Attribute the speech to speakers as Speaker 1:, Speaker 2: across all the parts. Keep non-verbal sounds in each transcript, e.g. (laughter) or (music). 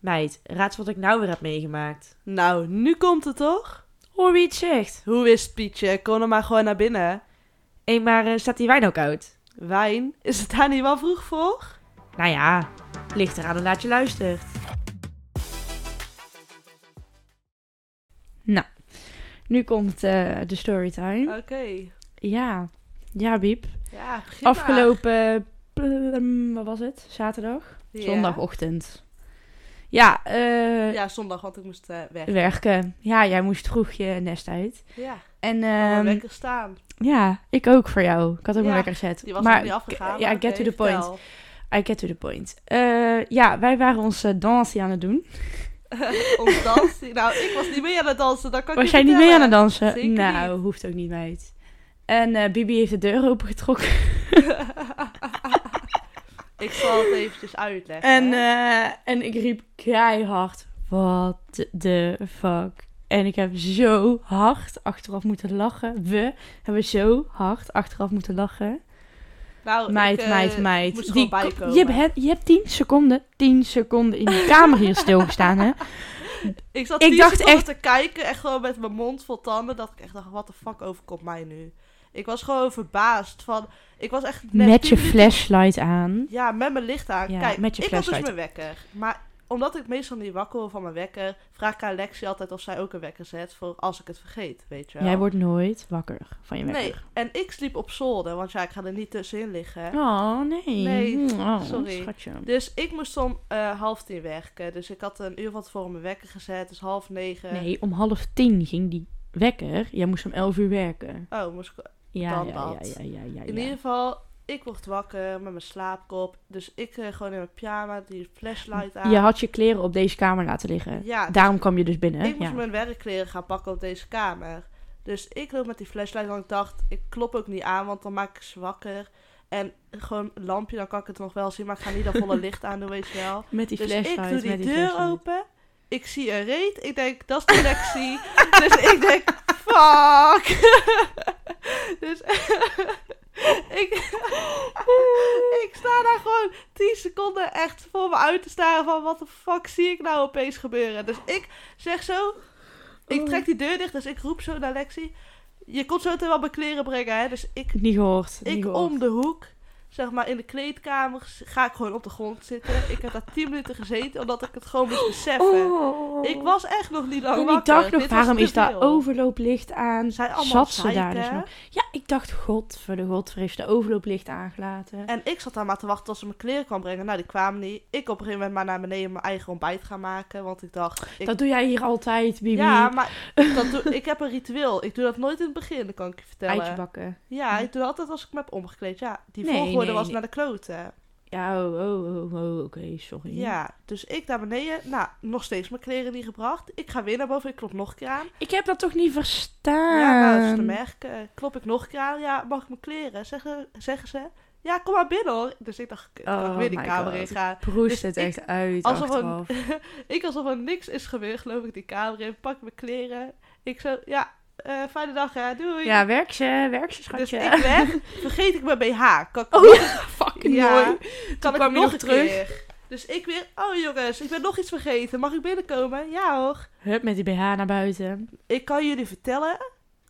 Speaker 1: Meid, raad eens wat ik nou weer heb meegemaakt.
Speaker 2: Nou, nu komt het toch?
Speaker 1: Hoor wie het zegt.
Speaker 2: Hoe wist Pietje? Kon er maar gewoon naar binnen.
Speaker 1: Hé, maar eh, staat die wijn ook oud?
Speaker 2: Wijn, is het daar niet wel vroeg voor?
Speaker 1: Nou ja, ligt eraan hoe laat je luistert.
Speaker 3: Nou, Nu komt eh, de
Speaker 1: Oh.
Speaker 3: storytime.
Speaker 2: Oké.
Speaker 3: Ja, ja, Biep.
Speaker 2: Ja, begin maar.
Speaker 3: Afgelopen, plum, wat was het? Zaterdag?
Speaker 2: Ja.
Speaker 3: Zondagochtend. Ja, eh,
Speaker 2: Ja, zondag, want ik moest eh, weg.
Speaker 3: werken. Ja, jij moest vroeg je nest uit.
Speaker 2: Ja,
Speaker 1: Oh,
Speaker 3: En
Speaker 2: um,
Speaker 3: ehm,
Speaker 2: lekker staan.
Speaker 3: ja, ik ook voor jou. Ik had ook
Speaker 2: Ja,
Speaker 3: mijn wekker gezet.
Speaker 2: Die was
Speaker 3: maar
Speaker 2: nog niet afgegaan.
Speaker 3: ja,
Speaker 2: maar
Speaker 3: get to
Speaker 2: oké,
Speaker 3: the point.
Speaker 2: vertel.
Speaker 3: I get to the point. Eh, ja, wij waren onze dansie aan het doen.
Speaker 2: Ons dansen. Nou, ik was niet mee aan het dansen. Dat kan ik
Speaker 3: Was
Speaker 2: je
Speaker 3: jij niet mee aan
Speaker 2: vertellen.
Speaker 3: het dansen?
Speaker 2: Zeker
Speaker 3: nou, hoeft ook niet, meid. En eh, Bibi heeft de deur opengetrokken.
Speaker 2: ik zal het eventjes uitleggen.
Speaker 3: En, eh, en ik riep keihard, what the fuck. En ik heb zo hard achteraf moeten lachen. We hebben zo hard achteraf moeten lachen.
Speaker 2: nou,
Speaker 3: Meid,
Speaker 2: ik, eh,
Speaker 3: meid, meid.
Speaker 2: moest er gewoon bij
Speaker 3: ko-
Speaker 2: komen.
Speaker 3: je, hebt, je hebt 10 seconden, 10 seconden in de kamer hier stilgestaan,
Speaker 2: (laughs)
Speaker 3: hè?
Speaker 2: Ik zat
Speaker 3: Ik
Speaker 2: ik
Speaker 3: dacht
Speaker 2: dacht
Speaker 3: echt-
Speaker 2: te kijken, echt gewoon met mijn mond vol tanden, dat ik echt dacht, wat de fuck overkomt mij nu? Ik was gewoon verbaasd van, ik was echt net
Speaker 3: Met je
Speaker 2: tien minuten-
Speaker 3: flashlight aan.
Speaker 2: Ja, met mijn licht aan.
Speaker 3: Ja,
Speaker 2: Kijk,
Speaker 3: met je
Speaker 2: ik had dus
Speaker 3: flashlight.
Speaker 2: mijn wekker. Maar omdat ik meestal niet wakker word van mijn wekker, vraag ik aan Lexi altijd of zij ook een wekker zet voor als ik het vergeet, weet je wel.
Speaker 3: Jij wordt nooit wakker van je wekker.
Speaker 2: Nee, en ik sliep op zolder, want ja, ik ga er niet tussenin liggen.
Speaker 3: Oh, nee.
Speaker 2: Nee,
Speaker 3: Oh,
Speaker 2: sorry.
Speaker 3: Schatje.
Speaker 2: Dus ik moest om eh, half tien werken. Dus ik had een uur van tevoren mijn wekker gezet, dus half negen.
Speaker 3: Nee, om half tien ging die wekker. Jij moest om elf uur werken.
Speaker 2: Oh, moest ik
Speaker 3: Ja,
Speaker 2: Dan
Speaker 3: ja, ja,
Speaker 2: dat.
Speaker 3: ja, ja, ja,
Speaker 2: In
Speaker 3: ja.
Speaker 2: ieder geval, ik word wakker met mijn slaapkop. Dus ik eh, gewoon in mijn pyjama, die flashlight aan.
Speaker 3: Je had je kleren op deze kamer laten liggen.
Speaker 2: Ja,
Speaker 3: Daarom kwam je dus binnen.
Speaker 2: ik moest
Speaker 3: ja.
Speaker 2: mijn werkkleren gaan pakken op deze kamer. Dus ik loop met die flashlight, want ik dacht, ik klop ook niet aan, want dan maak ik ze wakker. En gewoon een lampje, dan kan ik het nog wel zien, maar ik ga niet dat
Speaker 3: (laughs)
Speaker 2: volle licht aan doen, weet je wel.
Speaker 3: Met die
Speaker 2: Dus
Speaker 3: flashlight.
Speaker 2: ik doe die,
Speaker 3: met die
Speaker 2: deur
Speaker 3: flashlight.
Speaker 2: open. Ik zie een reet. Ik denk, dat is de Lexi. (laughs) dus ik denk, fuck. (laughs) dus (laughs) ik, (laughs) ik sta daar gewoon 10 seconden echt voor me uit te staren van... wat de fuck zie ik nou opeens gebeuren? Dus ik zeg zo... Ik
Speaker 3: Oh.
Speaker 2: trek die deur dicht, dus ik roep zo naar Lexi. Je kon zo meteen wel mijn kleren brengen, hè? Dus ik
Speaker 3: Niet gehoord. niet
Speaker 2: ik
Speaker 3: gehoord.
Speaker 2: om de hoek, zeg maar in de kleedkamer, s- ga ik gewoon op de grond zitten. Ik heb daar 10 minuten gezeten, omdat ik het gewoon moest beseffen.
Speaker 3: Oh.
Speaker 2: Ik was echt nog niet lang
Speaker 3: en
Speaker 2: wakker.
Speaker 3: ik dacht nog,
Speaker 2: Oh, Dit was
Speaker 3: waarom
Speaker 2: te
Speaker 3: is daar
Speaker 2: veel.
Speaker 3: overlooplicht aan?
Speaker 2: Zijn allemaal
Speaker 3: Zat ze
Speaker 2: zeiken.
Speaker 3: daar dus nog? Ja, ik dacht, god voor de godver heeft de overlooplicht aangelaten.
Speaker 2: En ik zat daar maar te wachten tot ze mijn kleren kwam brengen. Nou, die kwamen niet. Ik op een gegeven moment maar naar beneden mijn eigen ontbijt gaan maken. Want ik dacht... Ik...
Speaker 3: Dat doe jij hier altijd, Bibi.
Speaker 2: Ja, maar dat doe... ik heb een ritueel. Ik doe dat nooit in het begin, kan ik je
Speaker 3: Eitje
Speaker 2: vertellen.
Speaker 3: bakken.
Speaker 2: Ja, ik doe dat altijd als ik me heb omgekleed. Ja, die
Speaker 3: Nee,
Speaker 2: volgorde
Speaker 3: nee,
Speaker 2: was
Speaker 3: nee.
Speaker 2: naar de kloten.
Speaker 3: Ja, oh, oh, oh, oh, oké, sorry.
Speaker 2: Ja, dus ik naar beneden. Nou, nog steeds mijn kleren niet gebracht. Ik ga weer naar boven. Ik klop nog een keer aan.
Speaker 3: Ik heb dat toch niet verstaan?
Speaker 2: Ja, nou, dat is te
Speaker 3: Ehm.
Speaker 2: merken. Klop ik nog een keer aan. Ja, mag ik mijn kleren? Zeggen, zeggen ze. Ja, kom maar binnen hoor. Dus ik dacht, kut, kan ik
Speaker 3: Oh
Speaker 2: weer die
Speaker 3: my
Speaker 2: kamer
Speaker 3: God.
Speaker 2: in gaan.
Speaker 3: Proest
Speaker 2: Dus
Speaker 3: het
Speaker 2: ik-
Speaker 3: echt uit
Speaker 2: alsof een-
Speaker 3: achteraf.
Speaker 2: Ik alsof er niks is gebeurd, geloof ik die kamer in. Pak mijn kleren. Ik zo, ja, eh, fijne dag hè, doei.
Speaker 3: Ja, werk ze, werk ze,
Speaker 2: dus
Speaker 3: schatje.
Speaker 2: ik weg. Vergeet ik mijn BH. Kan
Speaker 3: (laughs)
Speaker 2: ik
Speaker 3: Oh,
Speaker 2: nog-
Speaker 3: fucking
Speaker 2: Ja.
Speaker 3: mooi.
Speaker 2: kan ik
Speaker 3: kwam je
Speaker 2: nog
Speaker 3: nog
Speaker 2: een
Speaker 3: terug.
Speaker 2: keer? Dus ik weer, oh jongens, ik ben nog iets vergeten. Mag ik binnenkomen? Ja hoor.
Speaker 3: Hup, met die BH naar buiten.
Speaker 2: Ik kan jullie vertellen,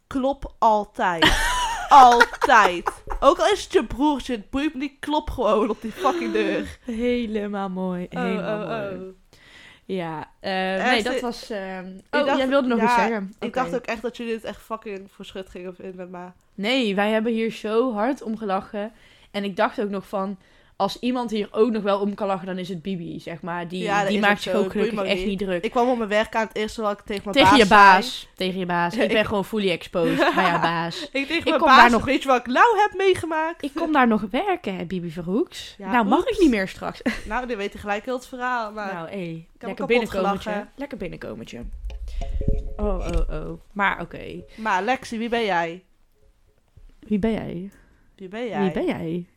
Speaker 2: klop altijd. (laughs) altijd. Ook al is het je broertje, het boeit me niet, klop gewoon op die
Speaker 3: (laughs)
Speaker 2: fucking deur.
Speaker 3: Helemaal mooi,
Speaker 2: Oh,
Speaker 3: helemaal
Speaker 2: oh,
Speaker 3: mooi.
Speaker 2: oh.
Speaker 3: Ja, eh, nee,
Speaker 2: Echt,
Speaker 3: dat
Speaker 2: ik-
Speaker 3: was... ehm, Oh,
Speaker 2: dacht-
Speaker 3: jij wilde nog
Speaker 2: ja,
Speaker 3: iets zeggen.
Speaker 2: Ik
Speaker 3: Oké.
Speaker 2: dacht ook echt dat jullie het echt fucking voor schut gingen vinden, maar...
Speaker 3: Nee, wij hebben hier zo hard om gelachen. En ik dacht ook nog van... Als iemand hier ook nog wel om kan lachen, dan is het Bibi, zeg maar. Die,
Speaker 2: Ja, dat
Speaker 3: die
Speaker 2: is
Speaker 3: maakt
Speaker 2: ook
Speaker 3: zich
Speaker 2: zo.
Speaker 3: ook gelukkig
Speaker 2: Boeit me
Speaker 3: echt
Speaker 2: niet.
Speaker 3: niet druk.
Speaker 2: Ik kwam op mijn werk aan het eerste wat ik tegen mijn
Speaker 3: Tegen je
Speaker 2: baas zei.
Speaker 3: baas. Tegen je baas.
Speaker 2: (laughs)
Speaker 3: Ik ben gewoon fully exposed. Maar ja, baas.
Speaker 2: Ik tegen mijn
Speaker 3: kom
Speaker 2: baas,
Speaker 3: daar nog-
Speaker 2: weet je wat ik nou heb meegemaakt? (laughs)
Speaker 3: Ik kom daar nog werken, hè, Bibi Verhoeks.
Speaker 2: Ja,
Speaker 3: nou, mag
Speaker 2: oeps.
Speaker 3: ik niet meer straks.
Speaker 2: Nou, die weten gelijk heel het verhaal, maar...
Speaker 3: nou, hé.
Speaker 2: me
Speaker 3: lekker
Speaker 2: kapot
Speaker 3: binnenkomertje.
Speaker 2: gelachen.
Speaker 3: Lekker binnenkomertje. Oh, oh, oh. Maar oké.
Speaker 2: Maar Lexi, wie ben jij?
Speaker 3: Wie ben jij?
Speaker 2: Wie ben jij?
Speaker 3: Wie ben jij?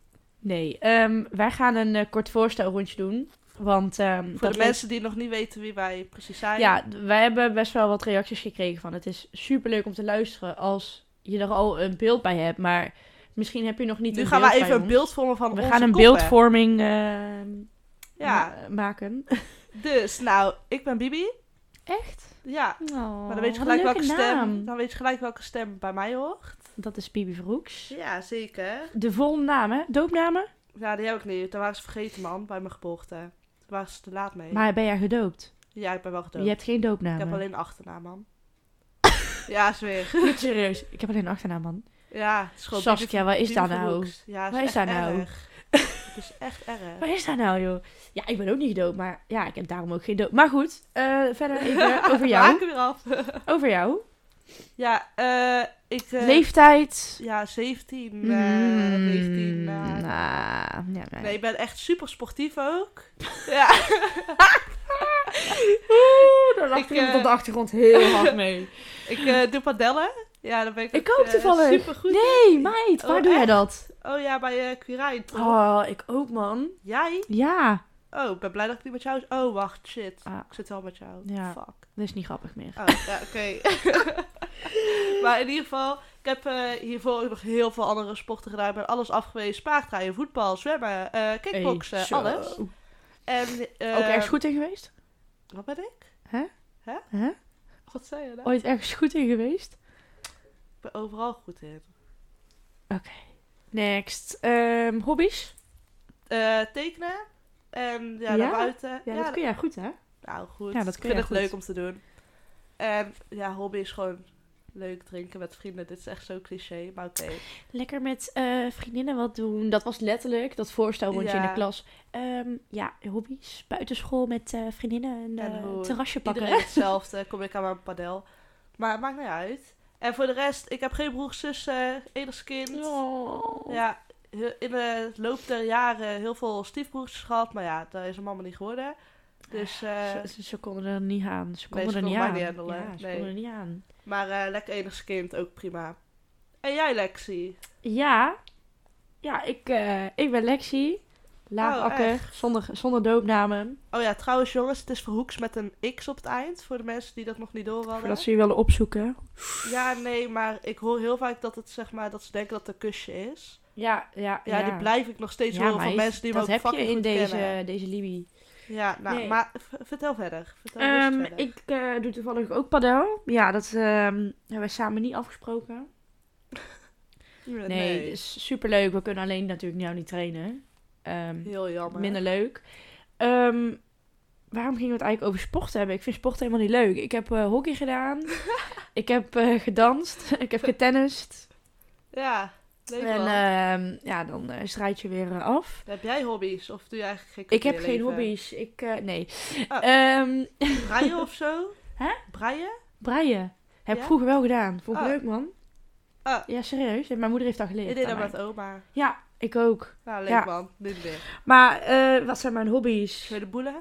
Speaker 3: Nee, ehm, wij gaan een eh, kort voorstelrondje doen. Want ehm,
Speaker 2: Voor
Speaker 3: dat
Speaker 2: de
Speaker 3: we-
Speaker 2: mensen die nog niet weten wie wij precies zijn.
Speaker 3: Ja, d- wij hebben best wel wat reacties gekregen van. Het is super leuk om te luisteren als je er al een beeld bij hebt. Maar misschien heb je nog niet
Speaker 2: nu
Speaker 3: een
Speaker 2: gaan we
Speaker 3: beeld bij
Speaker 2: even een
Speaker 3: ons.
Speaker 2: beeld vormen van
Speaker 3: We
Speaker 2: onze
Speaker 3: gaan een
Speaker 2: koppen.
Speaker 3: beeldvorming ehm,
Speaker 2: Ja,
Speaker 3: ma- eh, maken.
Speaker 2: Dus, nou, ik ben Bibi.
Speaker 3: Echt?
Speaker 2: Ja,
Speaker 3: Oh,
Speaker 2: maar dan weet je
Speaker 3: wat een
Speaker 2: gelijk welke
Speaker 3: leuke
Speaker 2: stem.
Speaker 3: naam.
Speaker 2: Dan weet je gelijk welke stem bij mij hoort.
Speaker 3: Dat is Bibi Vroeks.
Speaker 2: Ja, zeker.
Speaker 3: De volle naam, hè? Doopnamen?
Speaker 2: Ja, die heb ik niet. Toen waren ze vergeten, man, bij mijn geboorte. Toen waren ze te laat mee.
Speaker 3: Maar ben jij gedoopt?
Speaker 2: Ja, ik ben wel gedoopt.
Speaker 3: Je hebt geen
Speaker 2: Ik
Speaker 3: doopnamen.
Speaker 2: heb alleen een achternaam, man. ja, zweer.
Speaker 3: Niet serieus. Ik heb alleen een achternaam, man.
Speaker 2: Ja, het is gewoon Bibi-
Speaker 3: Saskia, waar is
Speaker 2: Bibi
Speaker 3: dat
Speaker 2: van
Speaker 3: nou?
Speaker 2: Hoeks. Ja, het
Speaker 3: Waar is
Speaker 2: echt
Speaker 3: dat nou?
Speaker 2: erg. Het is echt erg.
Speaker 3: Waar is dat nou, joh? Ja, ik ben ook niet gedoopt, maar ja, ik heb daarom ook geen doop. Maar goed, eh, verder
Speaker 2: (laughs)
Speaker 3: even over jou.
Speaker 2: Maken weer af.
Speaker 3: Over jou.
Speaker 2: ja, eh, ik... eh,
Speaker 3: Leeftijd.
Speaker 2: Ja, 17, eh,
Speaker 3: Mm,
Speaker 2: 19. eh.
Speaker 3: nah, nee, nee.
Speaker 2: nee, ik ben echt super sportief ook. ja,
Speaker 3: Oeh, daar lacht
Speaker 2: Ik,
Speaker 3: iemand
Speaker 2: eh,
Speaker 3: op de achtergrond (laughs) heel hard mee.
Speaker 2: ik eh, doe padellen. Ja, dan ben ik,
Speaker 3: Ik ook toevallig.
Speaker 2: super goed.
Speaker 3: Nee, meid, waar
Speaker 2: Oh,
Speaker 3: doe jij
Speaker 2: echt?
Speaker 3: dat?
Speaker 2: Oh ja, bij eh Quirijn. toch?
Speaker 3: Oh, ik ook, man.
Speaker 2: Jij?
Speaker 3: Ja.
Speaker 2: Oh, ik ben blij dat ik niet met jou is. Oh, wacht, shit.
Speaker 3: Ah.
Speaker 2: Ik zit wel met jou.
Speaker 3: Ja.
Speaker 2: Fuck.
Speaker 3: Dat is niet grappig meer.
Speaker 2: Oh, ja, oké. (laughs) maar in ieder geval, ik heb eh, hiervoor ook nog heel veel andere sporten gedaan. Ik ben alles afgewezen. Paardrijden, voetbal, zwemmen, eh kickboksen,
Speaker 3: Hey, zo.
Speaker 2: alles. En, eh,
Speaker 3: Ook ergens goed in geweest?
Speaker 2: Wat ben ik?
Speaker 3: Hè?
Speaker 2: Hè?
Speaker 3: Hè?
Speaker 2: Wat zei je nou?
Speaker 3: Ooit ergens goed in geweest?
Speaker 2: Ik ben overal goed in.
Speaker 3: Next. Ehm, hobby's?
Speaker 2: Eh, tekenen. En ja,
Speaker 3: Ja?
Speaker 2: naar buiten.
Speaker 3: Ja, dat kun jij goed, hè?
Speaker 2: Nou, goed.
Speaker 3: Ja, dat
Speaker 2: ik
Speaker 3: kun
Speaker 2: vind
Speaker 3: je
Speaker 2: het
Speaker 3: goed.
Speaker 2: leuk om te doen. En ja, hobby is gewoon leuk drinken met vrienden. Dit is echt zo cliché, maar
Speaker 3: (laughs)
Speaker 2: oké.
Speaker 3: Lekker met eh, vriendinnen wat doen. Dat was letterlijk dat voorstelrondje in
Speaker 2: Ja.
Speaker 3: de klas. Ehm, ja, hobby's. Buitenschool met eh, vriendinnen een
Speaker 2: En
Speaker 3: eh,
Speaker 2: hoe-
Speaker 3: terrasje pakken. (laughs)
Speaker 2: Iedereen hetzelfde. Kom ik aan mijn padel. Maar het maakt niet uit. En voor de rest, ik heb geen broers, zussen, enig kind.
Speaker 3: Oh.
Speaker 2: Ja, he- in de loop der jaren heel veel stiefbroers gehad. Maar ja, daar is een mama niet geworden. Dus, eh,
Speaker 3: Ze- ze, ze konden er niet aan. Ze konden
Speaker 2: ze
Speaker 3: er niet
Speaker 2: konden mij
Speaker 3: aan.
Speaker 2: niet handelen.
Speaker 3: Ja, ze
Speaker 2: Nee.
Speaker 3: konden er niet aan.
Speaker 2: maar eh, lekker enig kind, ook prima. En jij, Lexi?
Speaker 3: Ja, ja ik, eh, ik ben Lexi.
Speaker 2: Oh,
Speaker 3: Laagakker, zonder, zonder doopnamen.
Speaker 2: Oh ja, trouwens jongens, het is Verhoeks met een X op het eind. Voor de mensen die dat nog niet door hadden.
Speaker 3: Voordat ze je willen opzoeken.
Speaker 2: Ja, nee, maar ik hoor heel vaak dat het zeg maar, dat ze denken dat het een kusje is.
Speaker 3: Ja, ja,
Speaker 2: Ja, die blijf ik nog steeds
Speaker 3: Ja,
Speaker 2: horen
Speaker 3: meis,
Speaker 2: van mensen die me
Speaker 3: dat
Speaker 2: ook
Speaker 3: heb je
Speaker 2: fucking
Speaker 3: in
Speaker 2: goed
Speaker 3: deze,
Speaker 2: kennen.
Speaker 3: deze Libie.
Speaker 2: Ja, nou,
Speaker 3: Nee.
Speaker 2: maar v- vertel verder. Vertel
Speaker 3: Ehm,
Speaker 2: eerst verder.
Speaker 3: ik eh, doe toevallig ook padel. Ja, dat ehm, hebben we samen niet afgesproken.
Speaker 2: nee,
Speaker 3: Nee, dus- het is superleuk. We kunnen alleen natuurlijk nou niet trainen. Ehm,
Speaker 2: heel jammer.
Speaker 3: minder leuk. Ehm, waarom gingen we het eigenlijk over sport hebben? Ik vind sport helemaal niet leuk. Ik heb eh, hockey
Speaker 2: (laughs)
Speaker 3: gedaan. ik heb eh, gedanst. (laughs) ik heb getennist.
Speaker 2: Ja, leuk
Speaker 3: en
Speaker 2: wel.
Speaker 3: ehm, ja, dan eh strijd je weer eh, af.
Speaker 2: Heb jij hobby's of doe je eigenlijk geen
Speaker 3: Ik heb
Speaker 2: in je
Speaker 3: geen
Speaker 2: leven?
Speaker 3: hobby's. Ik, eh, nee.
Speaker 2: Oh.
Speaker 3: Ehm
Speaker 2: Breien of zo?
Speaker 3: (laughs) Hè?
Speaker 2: Breien?
Speaker 3: breien. Heb ik
Speaker 2: Ja?
Speaker 3: vroeger wel gedaan. Vond ik
Speaker 2: Oh.
Speaker 3: leuk, man.
Speaker 2: Oh.
Speaker 3: Ja, serieus. Mijn moeder heeft dat geleerd.
Speaker 2: Ik deed
Speaker 3: aan
Speaker 2: dat
Speaker 3: mij.
Speaker 2: met oma.
Speaker 3: Ja, ik ook.
Speaker 2: Nou, leuk
Speaker 3: Ja.
Speaker 2: man. Dit weer.
Speaker 3: Maar eh, wat zijn mijn hobby's?
Speaker 2: Kun je de boelen?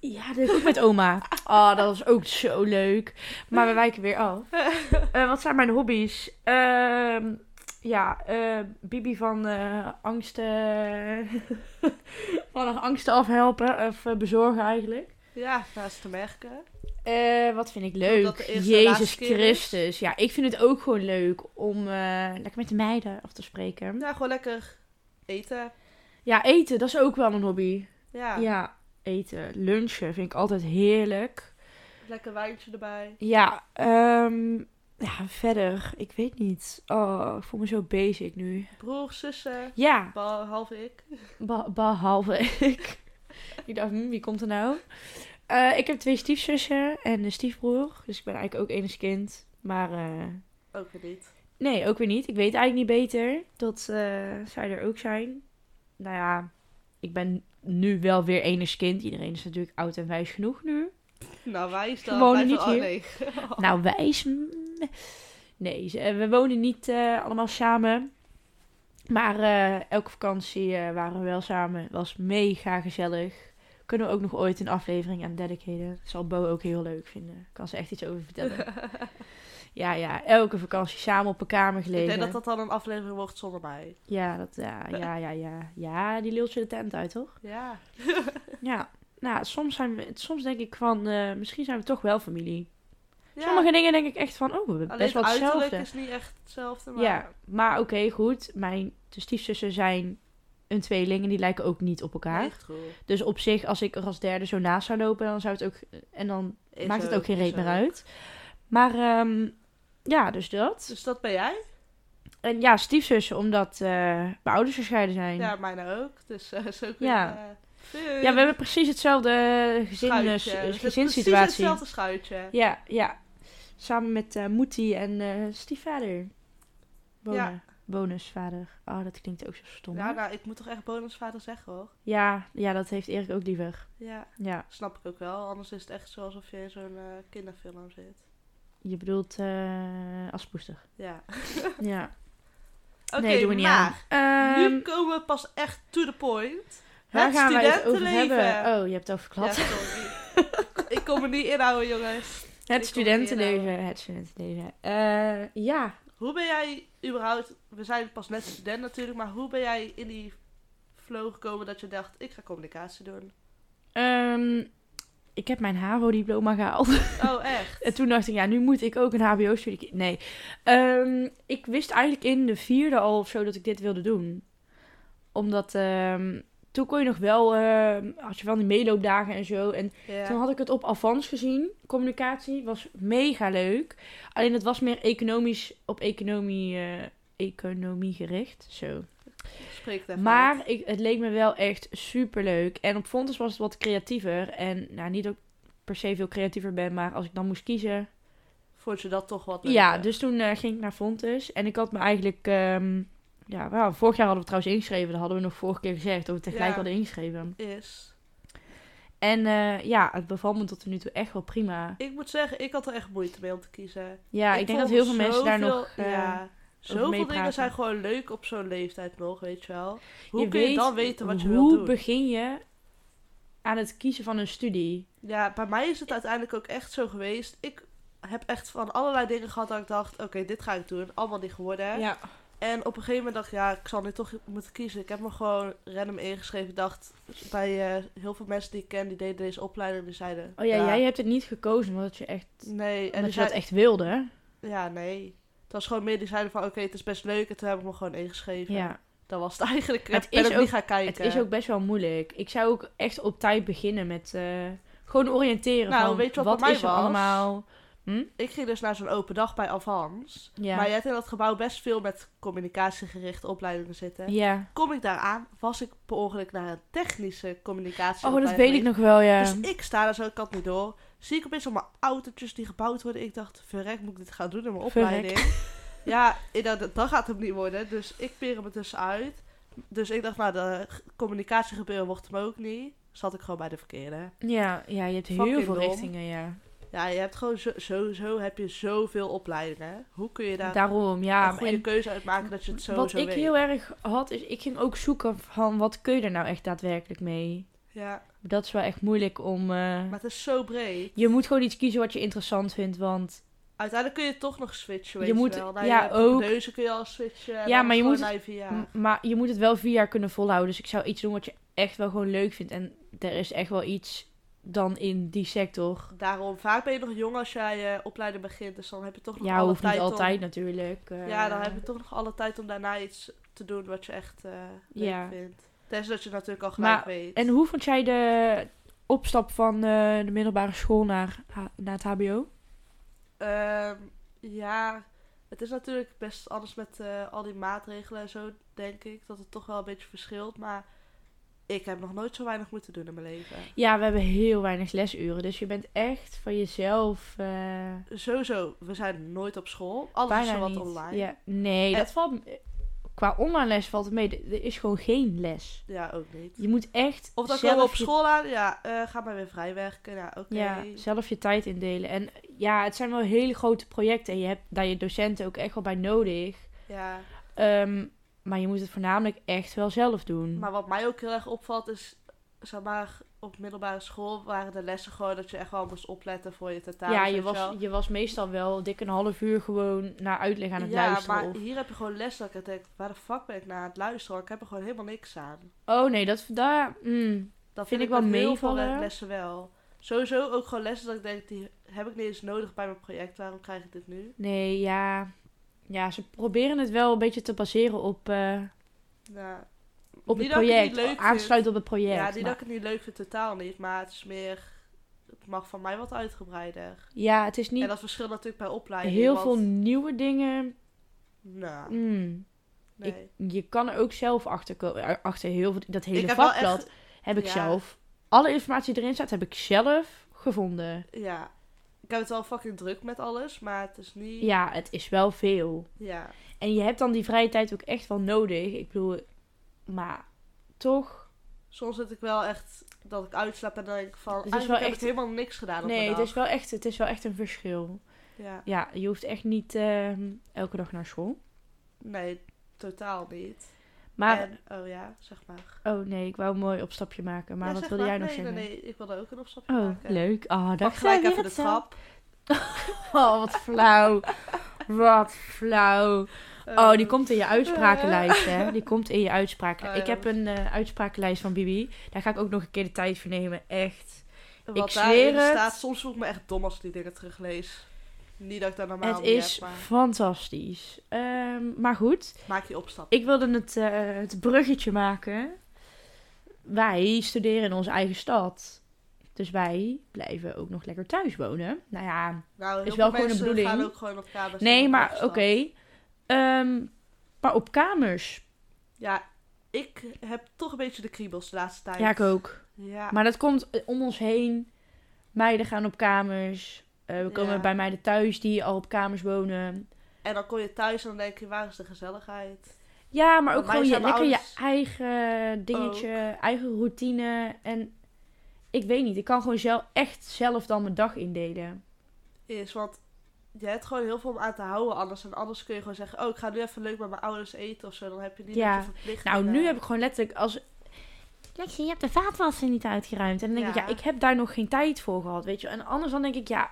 Speaker 3: Ja, dat heb ik ook met
Speaker 2: (laughs)
Speaker 3: oma. Oh, dat was ook zo leuk. Maar we wijken weer af.
Speaker 2: (laughs)
Speaker 3: Eh, wat zijn mijn hobby's? Ehm, ja, eh, Bibi van eh, angsten... (laughs) van haar angsten afhelpen. Of eh, bezorgen eigenlijk.
Speaker 2: Ja, naast te merken.
Speaker 3: Eh, wat vind ik
Speaker 2: dat
Speaker 3: leuk?
Speaker 2: de eerste en
Speaker 3: Jezus
Speaker 2: laatste keer is.
Speaker 3: Christus. Ja, ik vind het ook gewoon leuk om eh, lekker met de meiden af te spreken.
Speaker 2: Ja, gewoon lekker eten.
Speaker 3: Ja, eten, dat is ook wel een hobby.
Speaker 2: Ja,
Speaker 3: Ja, eten. Lunchen vind ik altijd heerlijk.
Speaker 2: lekker wijntje erbij.
Speaker 3: Ja, ehm, ja, verder. Ik weet niet. Oh, ik voel me zo basic nu.
Speaker 2: Broers, zussen,
Speaker 3: Ja,
Speaker 2: behalve ik.
Speaker 3: be- behalve (laughs) ik. ik dacht, hm, wie komt er nou? Eh, ik heb twee stiefzussen en een stiefbroer. Dus ik ben eigenlijk ook enig kind. Maar eh,
Speaker 2: Ook weer niet.
Speaker 3: nee, ook weer niet. Ik weet eigenlijk niet beter dat eh, zij er ook zijn. Nou ja, ik ben nu wel weer enig kind. Iedereen is natuurlijk oud en wijs genoeg nu.
Speaker 2: Nou, wij is dan.
Speaker 3: wonen
Speaker 2: wij
Speaker 3: niet
Speaker 2: zijn-
Speaker 3: hier.
Speaker 2: oh, nee.
Speaker 3: Nou, wijs. mm, Nee, ze- eh, we wonen niet eh, allemaal samen. Maar eh, elke vakantie eh, waren we wel samen. Was mega gezellig. Kunnen we ook nog ooit een aflevering aan dedicaten? Zal Bo ook heel leuk vinden. Kan ze echt iets over
Speaker 2: (laughs)
Speaker 3: vertellen. ja, ja. Elke vakantie samen op een kamer gelegen.
Speaker 2: Ik denk dat dat dan een aflevering wordt zonder mij.
Speaker 3: Ja, dat, ja,
Speaker 2: Eh.
Speaker 3: ja, ja, ja. Ja, die leelt je de tent uit,
Speaker 2: (laughs)
Speaker 3: toch?
Speaker 2: Ja.
Speaker 3: Ja. Nou, soms, zijn we, soms denk ik van, eh, misschien zijn we toch wel familie.
Speaker 2: Ja,
Speaker 3: Sommige dingen denk ik echt van, oh, we hebben
Speaker 2: Alleen
Speaker 3: best wel
Speaker 2: het uiterlijk
Speaker 3: hetzelfde.
Speaker 2: is niet echt hetzelfde. Maar...
Speaker 3: Ja, maar oké, goed. Mijn de stiefzussen zijn een tweeling en die lijken ook niet op elkaar.
Speaker 2: Echt goed.
Speaker 3: Dus op zich, als ik er als derde zo naast zou lopen, dan zou het ook. En dan
Speaker 2: Is
Speaker 3: maakt het ook geen reet
Speaker 2: is
Speaker 3: meer
Speaker 2: ook.
Speaker 3: uit. Maar ehm, ja, dus dat.
Speaker 2: Dus dat ben jij?
Speaker 3: En ja, stiefzussen, omdat eh, mijn ouders gescheiden zijn.
Speaker 2: Ja, mijne ook. Dus eh, zo kun je...
Speaker 3: Ja.
Speaker 2: eh,
Speaker 3: Ja, we hebben precies hetzelfde gezin,
Speaker 2: schuitje.
Speaker 3: eh, s-
Speaker 2: Dus het is Precies
Speaker 3: gezinssituatie.
Speaker 2: hetzelfde schuitje.
Speaker 3: Ja, ja. Samen met eh Moetie en eh stiefvader. Wonen.
Speaker 2: Ja.
Speaker 3: Bonusvader. Oh, dat klinkt ook zo stom. hè?
Speaker 2: Ja, nou, ik moet toch echt bonusvader zeggen, hoor.
Speaker 3: ja, ja, dat heeft Erik ook liever.
Speaker 2: Ja,
Speaker 3: Ja,
Speaker 2: snap ik ook wel. Anders is het echt zo alsof je in zo'n eh, kinderfilm zit.
Speaker 3: je bedoelt eh als poester.
Speaker 2: Ja.
Speaker 3: ja.
Speaker 2: (laughs) Oké,
Speaker 3: nee, doen we niet
Speaker 2: maar...
Speaker 3: aan. Ehm,
Speaker 2: nu komen we pas echt to the point.
Speaker 3: Waar
Speaker 2: Het
Speaker 3: gaan wij het over
Speaker 2: studentenleven.
Speaker 3: hebben? Oh, je hebt het over
Speaker 2: Ja,
Speaker 3: gehad. (laughs)
Speaker 2: sorry. ik kom er niet inhouden,
Speaker 3: het
Speaker 2: jongens. ik kom er niet
Speaker 3: studentenleven. Het studentenleven. Eh, ja.
Speaker 2: Hoe ben jij überhaupt... We zijn pas net student natuurlijk, maar hoe ben jij in die flow gekomen dat je dacht, ik ga communicatie doen?
Speaker 3: Ehm, ik heb mijn HAVO-diploma gehaald.
Speaker 2: Oh, echt?
Speaker 3: En toen dacht ik, ja, nu moet ik ook een HBO-studie. kie- Nee. Ehm, ik wist eigenlijk in de vierde al of zo dat ik dit wilde doen. Omdat ehm, toen kon je nog wel, ehm, had je wel die meeloopdagen en zo. En toen
Speaker 2: Ja.
Speaker 3: had ik het op Avans gezien. Communicatie was mega leuk. Alleen het was meer economisch, op economie, eh, economie gericht. Zo.
Speaker 2: Spreek daarvan.
Speaker 3: Maar ik, het leek me wel echt super leuk. En op Fontes was het wat creatiever. En nou, niet dat ik per se veel creatiever ben, maar als ik dan moest kiezen.
Speaker 2: Vond je dat toch wat
Speaker 3: Ja,
Speaker 2: leuker?
Speaker 3: dus toen eh, ging ik naar Fontes. En ik had me eigenlijk... ehm, ja, wel, vorig jaar hadden we trouwens ingeschreven. Dat hadden we nog vorige keer gezegd. Dat we tegelijk
Speaker 2: Ja.
Speaker 3: hadden ingeschreven.
Speaker 2: Is...
Speaker 3: En eh, ja, het beval me tot nu toe echt wel prima.
Speaker 2: Ik moet zeggen, ik had er echt moeite mee om te kiezen.
Speaker 3: Ja, ik, denk dat
Speaker 2: vond
Speaker 3: heel veel mensen daar
Speaker 2: zoveel-
Speaker 3: nog... eh,
Speaker 2: ja, zoveel dingen
Speaker 3: meepraten.
Speaker 2: zijn gewoon leuk op zo'n leeftijd nog, weet je wel. Hoe
Speaker 3: je
Speaker 2: kun
Speaker 3: weet
Speaker 2: je dan weten wat je
Speaker 3: hoe
Speaker 2: wilt doen?
Speaker 3: begin je aan het kiezen van een studie?
Speaker 2: Ja, bij mij is het uiteindelijk ook echt zo geweest. Ik heb echt van allerlei dingen gehad dat ik dacht, oké, dit ga ik doen. Allemaal niet geworden.
Speaker 3: Ja.
Speaker 2: En op een gegeven moment dacht ik, ja, ik zal nu toch moeten kiezen. Ik heb me gewoon random ingeschreven. Ik dacht, bij eh, heel veel mensen die ik ken, die deden deze opleiding, die zeiden...
Speaker 3: Oh ja, jij hebt het niet gekozen omdat je echt...
Speaker 2: Nee, en
Speaker 3: Omdat
Speaker 2: die
Speaker 3: je dat
Speaker 2: zeiden...
Speaker 3: echt wilde.
Speaker 2: Ja, nee. Het was gewoon meer, die zeiden van, oké, het is best leuk. En toen heb ik me gewoon ingeschreven.
Speaker 3: Ja.
Speaker 2: Dat was het eigenlijk. Ik
Speaker 3: Het
Speaker 2: ben
Speaker 3: is
Speaker 2: ook,
Speaker 3: ook-
Speaker 2: niet gaan
Speaker 3: Het
Speaker 2: kijken.
Speaker 3: is ook best wel moeilijk. Ik zou ook echt op tijd beginnen met eh, gewoon oriënteren
Speaker 2: Nou,
Speaker 3: van
Speaker 2: weet je wat
Speaker 3: wat
Speaker 2: bij mij
Speaker 3: is er
Speaker 2: was?
Speaker 3: allemaal. Hm?
Speaker 2: Ik ging dus naar zo'n open dag bij Avans.
Speaker 3: Ja.
Speaker 2: Maar jij hebt in dat gebouw best veel met communicatiegerichte opleidingen zitten.
Speaker 3: ja.
Speaker 2: Kom ik daar aan, was ik per ongeluk naar een technische communicatie.
Speaker 3: Oh, dat weet ik nog wel, ja.
Speaker 2: Dus ik sta daar zo, ik had niet door. Zie ik opeens allemaal autootjes die gebouwd worden. Ik dacht, verrek, moet ik dit gaan doen in mijn
Speaker 3: Verrek.
Speaker 2: opleiding? ja, ik dacht, dat, dat gaat hem niet worden. Dus ik peer me tussenuit. Dus ik dacht, nou, de g- communicatiegebeuren wordt hem ook niet. Zat ik gewoon bij de verkeerde.
Speaker 3: ja, ja, je hebt heel
Speaker 2: Fucking
Speaker 3: veel
Speaker 2: dom.
Speaker 3: richtingen, ja.
Speaker 2: Ja, je hebt gewoon zo, sowieso heb je zoveel opleidingen. Hoe kun je daar
Speaker 3: Daarom, ja.
Speaker 2: een goede
Speaker 3: En
Speaker 2: keuze uit maken dat je het zo
Speaker 3: wat
Speaker 2: zo
Speaker 3: ik
Speaker 2: weet?
Speaker 3: heel erg had, is ik ging ook zoeken van wat kun je er nou echt daadwerkelijk mee.
Speaker 2: Ja,
Speaker 3: Dat is wel echt moeilijk om... eh,
Speaker 2: maar het is zo breed.
Speaker 3: je moet gewoon iets kiezen wat je interessant vindt, want...
Speaker 2: Uiteindelijk kun je toch nog switchen,
Speaker 3: Je
Speaker 2: weet je,
Speaker 3: moet-
Speaker 2: wel. Nou Naar
Speaker 3: ja,
Speaker 2: je
Speaker 3: ook.
Speaker 2: prognose kun je al switchen. en
Speaker 3: Ja,
Speaker 2: dan
Speaker 3: maar je
Speaker 2: gewoon
Speaker 3: moet
Speaker 2: naar VA.
Speaker 3: M- Maar je moet het wel vier jaar kunnen volhouden. Dus ik zou iets doen wat je echt wel gewoon leuk vindt. En er is echt wel iets dan in die sector.
Speaker 2: Daarom, vaak ben je nog jong als jij je opleiding begint. Dus dan heb je toch nog
Speaker 3: Ja,
Speaker 2: alle
Speaker 3: hoeft
Speaker 2: tijd
Speaker 3: niet altijd
Speaker 2: om...
Speaker 3: natuurlijk. eh,
Speaker 2: Ja, dan heb je toch nog alle tijd om daarna iets te doen wat je echt eh leuk
Speaker 3: Ja.
Speaker 2: vindt. Tenzij dat je het natuurlijk al gelijk
Speaker 3: Maar-
Speaker 2: weet.
Speaker 3: En hoe vond jij de opstap van eh, de middelbare school naar, ha- naar het HBO?
Speaker 2: Ehm, ja, het is natuurlijk best anders met eh, al die maatregelen en zo, denk ik. Dat het toch wel een beetje verschilt. Maar ik heb nog nooit zo weinig moeten doen in mijn leven.
Speaker 3: Ja, we hebben heel weinig lesuren. Dus je bent echt van jezelf. eh
Speaker 2: Sowieso, we zijn nooit op school. Alles
Speaker 3: bijna
Speaker 2: is wat
Speaker 3: niet.
Speaker 2: online. Eh,
Speaker 3: Ja, nee,
Speaker 2: En-
Speaker 3: dat valt. Qua online les valt het mee. Er er is gewoon geen les.
Speaker 2: Ja, ook niet.
Speaker 3: Je moet echt.
Speaker 2: Of dan
Speaker 3: zelf
Speaker 2: komen we op
Speaker 3: je
Speaker 2: school aan. Ja, eh, ga maar weer vrijwerken. Ja, oké.
Speaker 3: Ja, zelf je tijd indelen. En ja, het zijn wel hele grote projecten. En je hebt daar je docenten ook echt wel bij nodig.
Speaker 2: Ja.
Speaker 3: Ehm, maar je moet het voornamelijk echt wel zelf doen.
Speaker 2: Maar wat mij ook heel erg opvalt is... Zeg maar, op middelbare school waren de lessen gewoon dat je echt wel moest opletten voor je tentamen.
Speaker 3: ja,
Speaker 2: weet
Speaker 3: je was,
Speaker 2: wel.
Speaker 3: je was meestal wel dik een half uur gewoon naar uitleg aan het
Speaker 2: ja,
Speaker 3: luisteren.
Speaker 2: maar
Speaker 3: of-
Speaker 2: hier heb je gewoon les dat ik echt denk, waar de fuck ben ik naar aan het luisteren? Ik heb er gewoon helemaal niks aan.
Speaker 3: Oh nee, dat daar, mm,
Speaker 2: Dat
Speaker 3: Vind ik wel
Speaker 2: met heel
Speaker 3: meevallen.
Speaker 2: veel lessen wel. Sowieso ook gewoon lessen dat ik denk, die heb ik niet eens nodig bij mijn project. Waarom krijg ik dit nu?
Speaker 3: Nee, ja. Ja, ze proberen het wel een beetje te baseren op eh,
Speaker 2: Ja,
Speaker 3: Op
Speaker 2: Nou, Niet
Speaker 3: het
Speaker 2: dat ik het niet
Speaker 3: project.
Speaker 2: leuk vind.
Speaker 3: aansluit op het project.
Speaker 2: Ja, die
Speaker 3: maar-
Speaker 2: dat ik het niet leuk vind, totaal niet. Maar het is meer... Het mag van mij wat uitgebreider.
Speaker 3: ja het is
Speaker 2: En
Speaker 3: niet
Speaker 2: dat verschilt natuurlijk bij opleiding.
Speaker 3: heel
Speaker 2: want-
Speaker 3: veel nieuwe dingen.
Speaker 2: Nou,
Speaker 3: Mm.
Speaker 2: nee.
Speaker 3: Je kan er ook zelf achter, ko- eh, achter heel veel. Dat hele
Speaker 2: Ik heb wel
Speaker 3: vakblad heb, ik
Speaker 2: ja.
Speaker 3: zelf. Alle informatie die erin staat heb ik zelf gevonden.
Speaker 2: Ja. Ik heb het wel fucking druk met alles, maar het is niet...
Speaker 3: Ja, het is wel veel.
Speaker 2: Ja.
Speaker 3: En je hebt dan die vrije tijd ook echt wel nodig. Ik bedoel, maar toch.
Speaker 2: Soms zit ik wel echt dat ik uitslaap en dan denk ik van...
Speaker 3: is
Speaker 2: eigenlijk
Speaker 3: wel
Speaker 2: heb
Speaker 3: echt-
Speaker 2: ik helemaal niks gedaan op
Speaker 3: Nee,
Speaker 2: mijn
Speaker 3: het
Speaker 2: dag.
Speaker 3: is, wel echt, het is wel echt een verschil.
Speaker 2: Ja.
Speaker 3: Ja, je hoeft echt niet ehm, elke dag naar school.
Speaker 2: Nee, totaal niet.
Speaker 3: Maar,
Speaker 2: En, oh ja, zeg maar.
Speaker 3: oh nee, ik wou een mooi opstapje maken. Maar
Speaker 2: Ja,
Speaker 3: wat
Speaker 2: zeg
Speaker 3: wilde jij nog
Speaker 2: nee,
Speaker 3: zeggen?
Speaker 2: Nee, nee, ik wilde ook een opstapje
Speaker 3: Oh,
Speaker 2: maken.
Speaker 3: leuk. Ah,
Speaker 2: Pak
Speaker 3: dat
Speaker 2: gelijk even de trap.
Speaker 3: Oh, wat flauw. Wat flauw. Oh,
Speaker 2: Ehm,
Speaker 3: die komt in je uitsprakenlijst, hè? Die komt in je uitsprakenlijst.
Speaker 2: Eh. Oh, ja.
Speaker 3: Ik heb een eh, uitsprakenlijst van Bibi. Daar ga ik ook nog een keer de tijd voor nemen. Echt.
Speaker 2: Wat
Speaker 3: ik
Speaker 2: daarin
Speaker 3: zweer het.
Speaker 2: staat, soms voel ik me echt dom als ik die dingen teruglees. Niet dat ik daar normaal
Speaker 3: het
Speaker 2: niet
Speaker 3: is
Speaker 2: heb, maar
Speaker 3: fantastisch. Ehm, maar goed,
Speaker 2: maak je opstap.
Speaker 3: ik wilde het, eh, het bruggetje maken. Wij studeren in onze eigen stad. Dus wij blijven ook nog lekker thuis wonen. Nou ja,
Speaker 2: Nou, heel
Speaker 3: is
Speaker 2: veel
Speaker 3: wel gewoon een
Speaker 2: mensen
Speaker 3: bedoeling.
Speaker 2: gaan ook gewoon op kamers.
Speaker 3: nee,
Speaker 2: in
Speaker 3: maar oké.
Speaker 2: opstap.
Speaker 3: Ehm, maar op kamers.
Speaker 2: Ja, ik heb toch een beetje de kriebels de laatste tijd.
Speaker 3: Ja, ik ook.
Speaker 2: Ja,
Speaker 3: Maar dat komt eh, om ons heen. Meiden gaan op kamers. Eh, we komen
Speaker 2: Ja.
Speaker 3: bij meiden thuis die al op kamers wonen.
Speaker 2: en dan kom je thuis en dan denk je, waar is de gezelligheid?
Speaker 3: Ja, maar
Speaker 2: Bij
Speaker 3: ook
Speaker 2: mij
Speaker 3: gewoon je,
Speaker 2: zijn mijn
Speaker 3: lekker
Speaker 2: ouders
Speaker 3: je eigen dingetje, eigen routine. En ik weet niet, ik kan gewoon zelf, echt zelf dan mijn dag indelen.
Speaker 2: Is, want je hebt gewoon heel veel om aan te houden anders. En anders kun je gewoon zeggen, oh, ik ga nu even leuk met mijn ouders eten of zo. Dan heb je niet
Speaker 3: Ja.
Speaker 2: dat je verplicht
Speaker 3: Nou,
Speaker 2: bent.
Speaker 3: nu heb ik gewoon letterlijk als... Lexie, je hebt de vaatwasser niet uitgeruimd. En dan denk ik,
Speaker 2: Ja.
Speaker 3: ja, ik heb daar nog geen tijd voor gehad, weet je. wel. En anders dan denk ik, ja...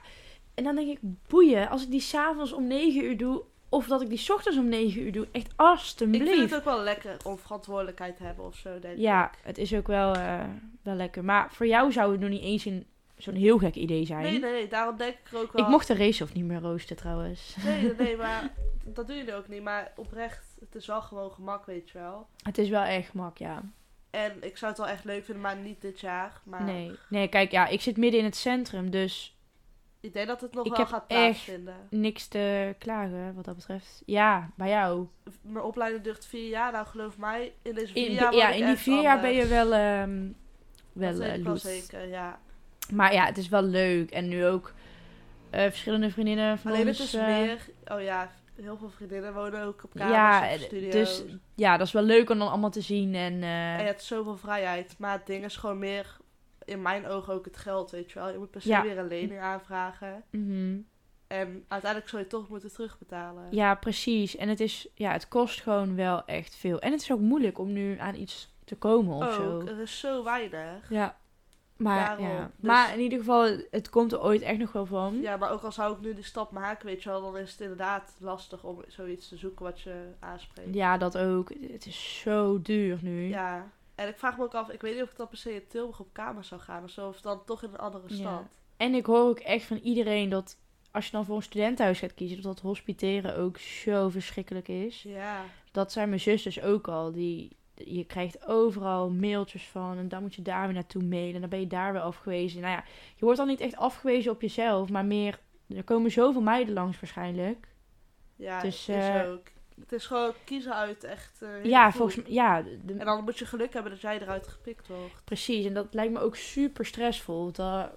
Speaker 3: En dan denk ik, boeien, als ik die s'avonds om 9 uur doe... Of dat ik die 's ochtends om 9 uur doe. Echt
Speaker 2: Ik vind
Speaker 3: alstublieft.
Speaker 2: het ook wel lekker om verantwoordelijkheid te hebben of zo, denk
Speaker 3: Ja,
Speaker 2: ik.
Speaker 3: het is ook wel, eh, wel lekker. Maar voor jou zou het nog niet eens een, zo'n heel gek idee zijn.
Speaker 2: Nee, nee, nee, daarom denk ik er ook wel...
Speaker 3: ik mocht de race of niet meer roosten trouwens.
Speaker 2: Nee, nee, nee, maar dat doe je nu ook niet. Maar oprecht, het is wel gewoon gemak, weet je wel.
Speaker 3: Het is wel erg mak, ja.
Speaker 2: En ik zou het wel echt leuk vinden, maar niet dit jaar. Maar
Speaker 3: Nee. nee, kijk, ja, ik zit midden in het centrum, dus
Speaker 2: ik denk dat het nog
Speaker 3: Ik
Speaker 2: wel
Speaker 3: heb
Speaker 2: gaat
Speaker 3: echt-
Speaker 2: plaatsvinden.
Speaker 3: niks te klagen wat dat betreft. Ja, bij jou.
Speaker 2: Mijn opleiding duurt vier jaar, nou geloof mij. In deze vier
Speaker 3: In,
Speaker 2: jaar word
Speaker 3: ja,
Speaker 2: ik
Speaker 3: in die
Speaker 2: echt
Speaker 3: vier jaar ben
Speaker 2: anders.
Speaker 3: je wel, ehm wel
Speaker 2: Dat weet
Speaker 3: eh,
Speaker 2: ik wel
Speaker 3: loes.
Speaker 2: zeker, ja.
Speaker 3: Maar ja, het is wel leuk. En nu ook eh, verschillende vriendinnen van
Speaker 2: Alleen
Speaker 3: ons.
Speaker 2: het is
Speaker 3: eh,
Speaker 2: meer... Oh ja, heel veel vriendinnen wonen ook op kamers
Speaker 3: Ja,
Speaker 2: of
Speaker 3: eh,
Speaker 2: studio's.
Speaker 3: dus- ja, dat is wel leuk om dan allemaal te zien. En, eh,
Speaker 2: En je hebt zoveel vrijheid. Maar het ding is gewoon meer... In mijn ogen ook het geld, weet je wel. Je moet per se
Speaker 3: Ja.
Speaker 2: weer een lening aanvragen.
Speaker 3: mhm.
Speaker 2: En uiteindelijk zou je toch moeten terugbetalen.
Speaker 3: Ja, precies. En het is, ja, het kost gewoon wel echt veel. En het is ook moeilijk om nu aan iets te komen
Speaker 2: Oh,
Speaker 3: of zo.
Speaker 2: ook, er is zo weinig.
Speaker 3: Ja. Maar,
Speaker 2: Daarom.
Speaker 3: ja.
Speaker 2: Dus-
Speaker 3: maar in ieder geval, het komt er ooit echt nog wel van.
Speaker 2: Ja, maar ook al zou ik nu die stap maken, weet je wel, dan is het inderdaad lastig om zoiets te zoeken wat je aanspreekt.
Speaker 3: Ja, dat ook. Het is zo duur nu.
Speaker 2: Ja. En ik vraag me ook af, ik weet niet of ik dan per se in Tilburg op kamer zou gaan of zo, of dan toch in een andere
Speaker 3: Ja.
Speaker 2: stad.
Speaker 3: En ik hoor ook echt van iedereen dat als je dan voor een studentenhuis gaat kiezen, dat dat hospiteren ook zo verschrikkelijk is.
Speaker 2: Dus Ja.
Speaker 3: Dat zijn mijn zus dus ook al. Die, je krijgt overal mailtjes van. En dan moet je daar weer naartoe mailen. En dan ben je daar weer afgewezen. Nou ja, je wordt dan niet echt afgewezen op jezelf. Maar meer, er komen zoveel meiden langs waarschijnlijk.
Speaker 2: Ja,
Speaker 3: Dus,
Speaker 2: is
Speaker 3: eh,
Speaker 2: ook. Het is gewoon kiezen uit echt. eh, heel
Speaker 3: Ja,
Speaker 2: goed.
Speaker 3: volgens mij. Ja, de-
Speaker 2: En dan moet je geluk hebben dat jij eruit gepikt wordt.
Speaker 3: precies. En dat lijkt me ook super stressvol. Da-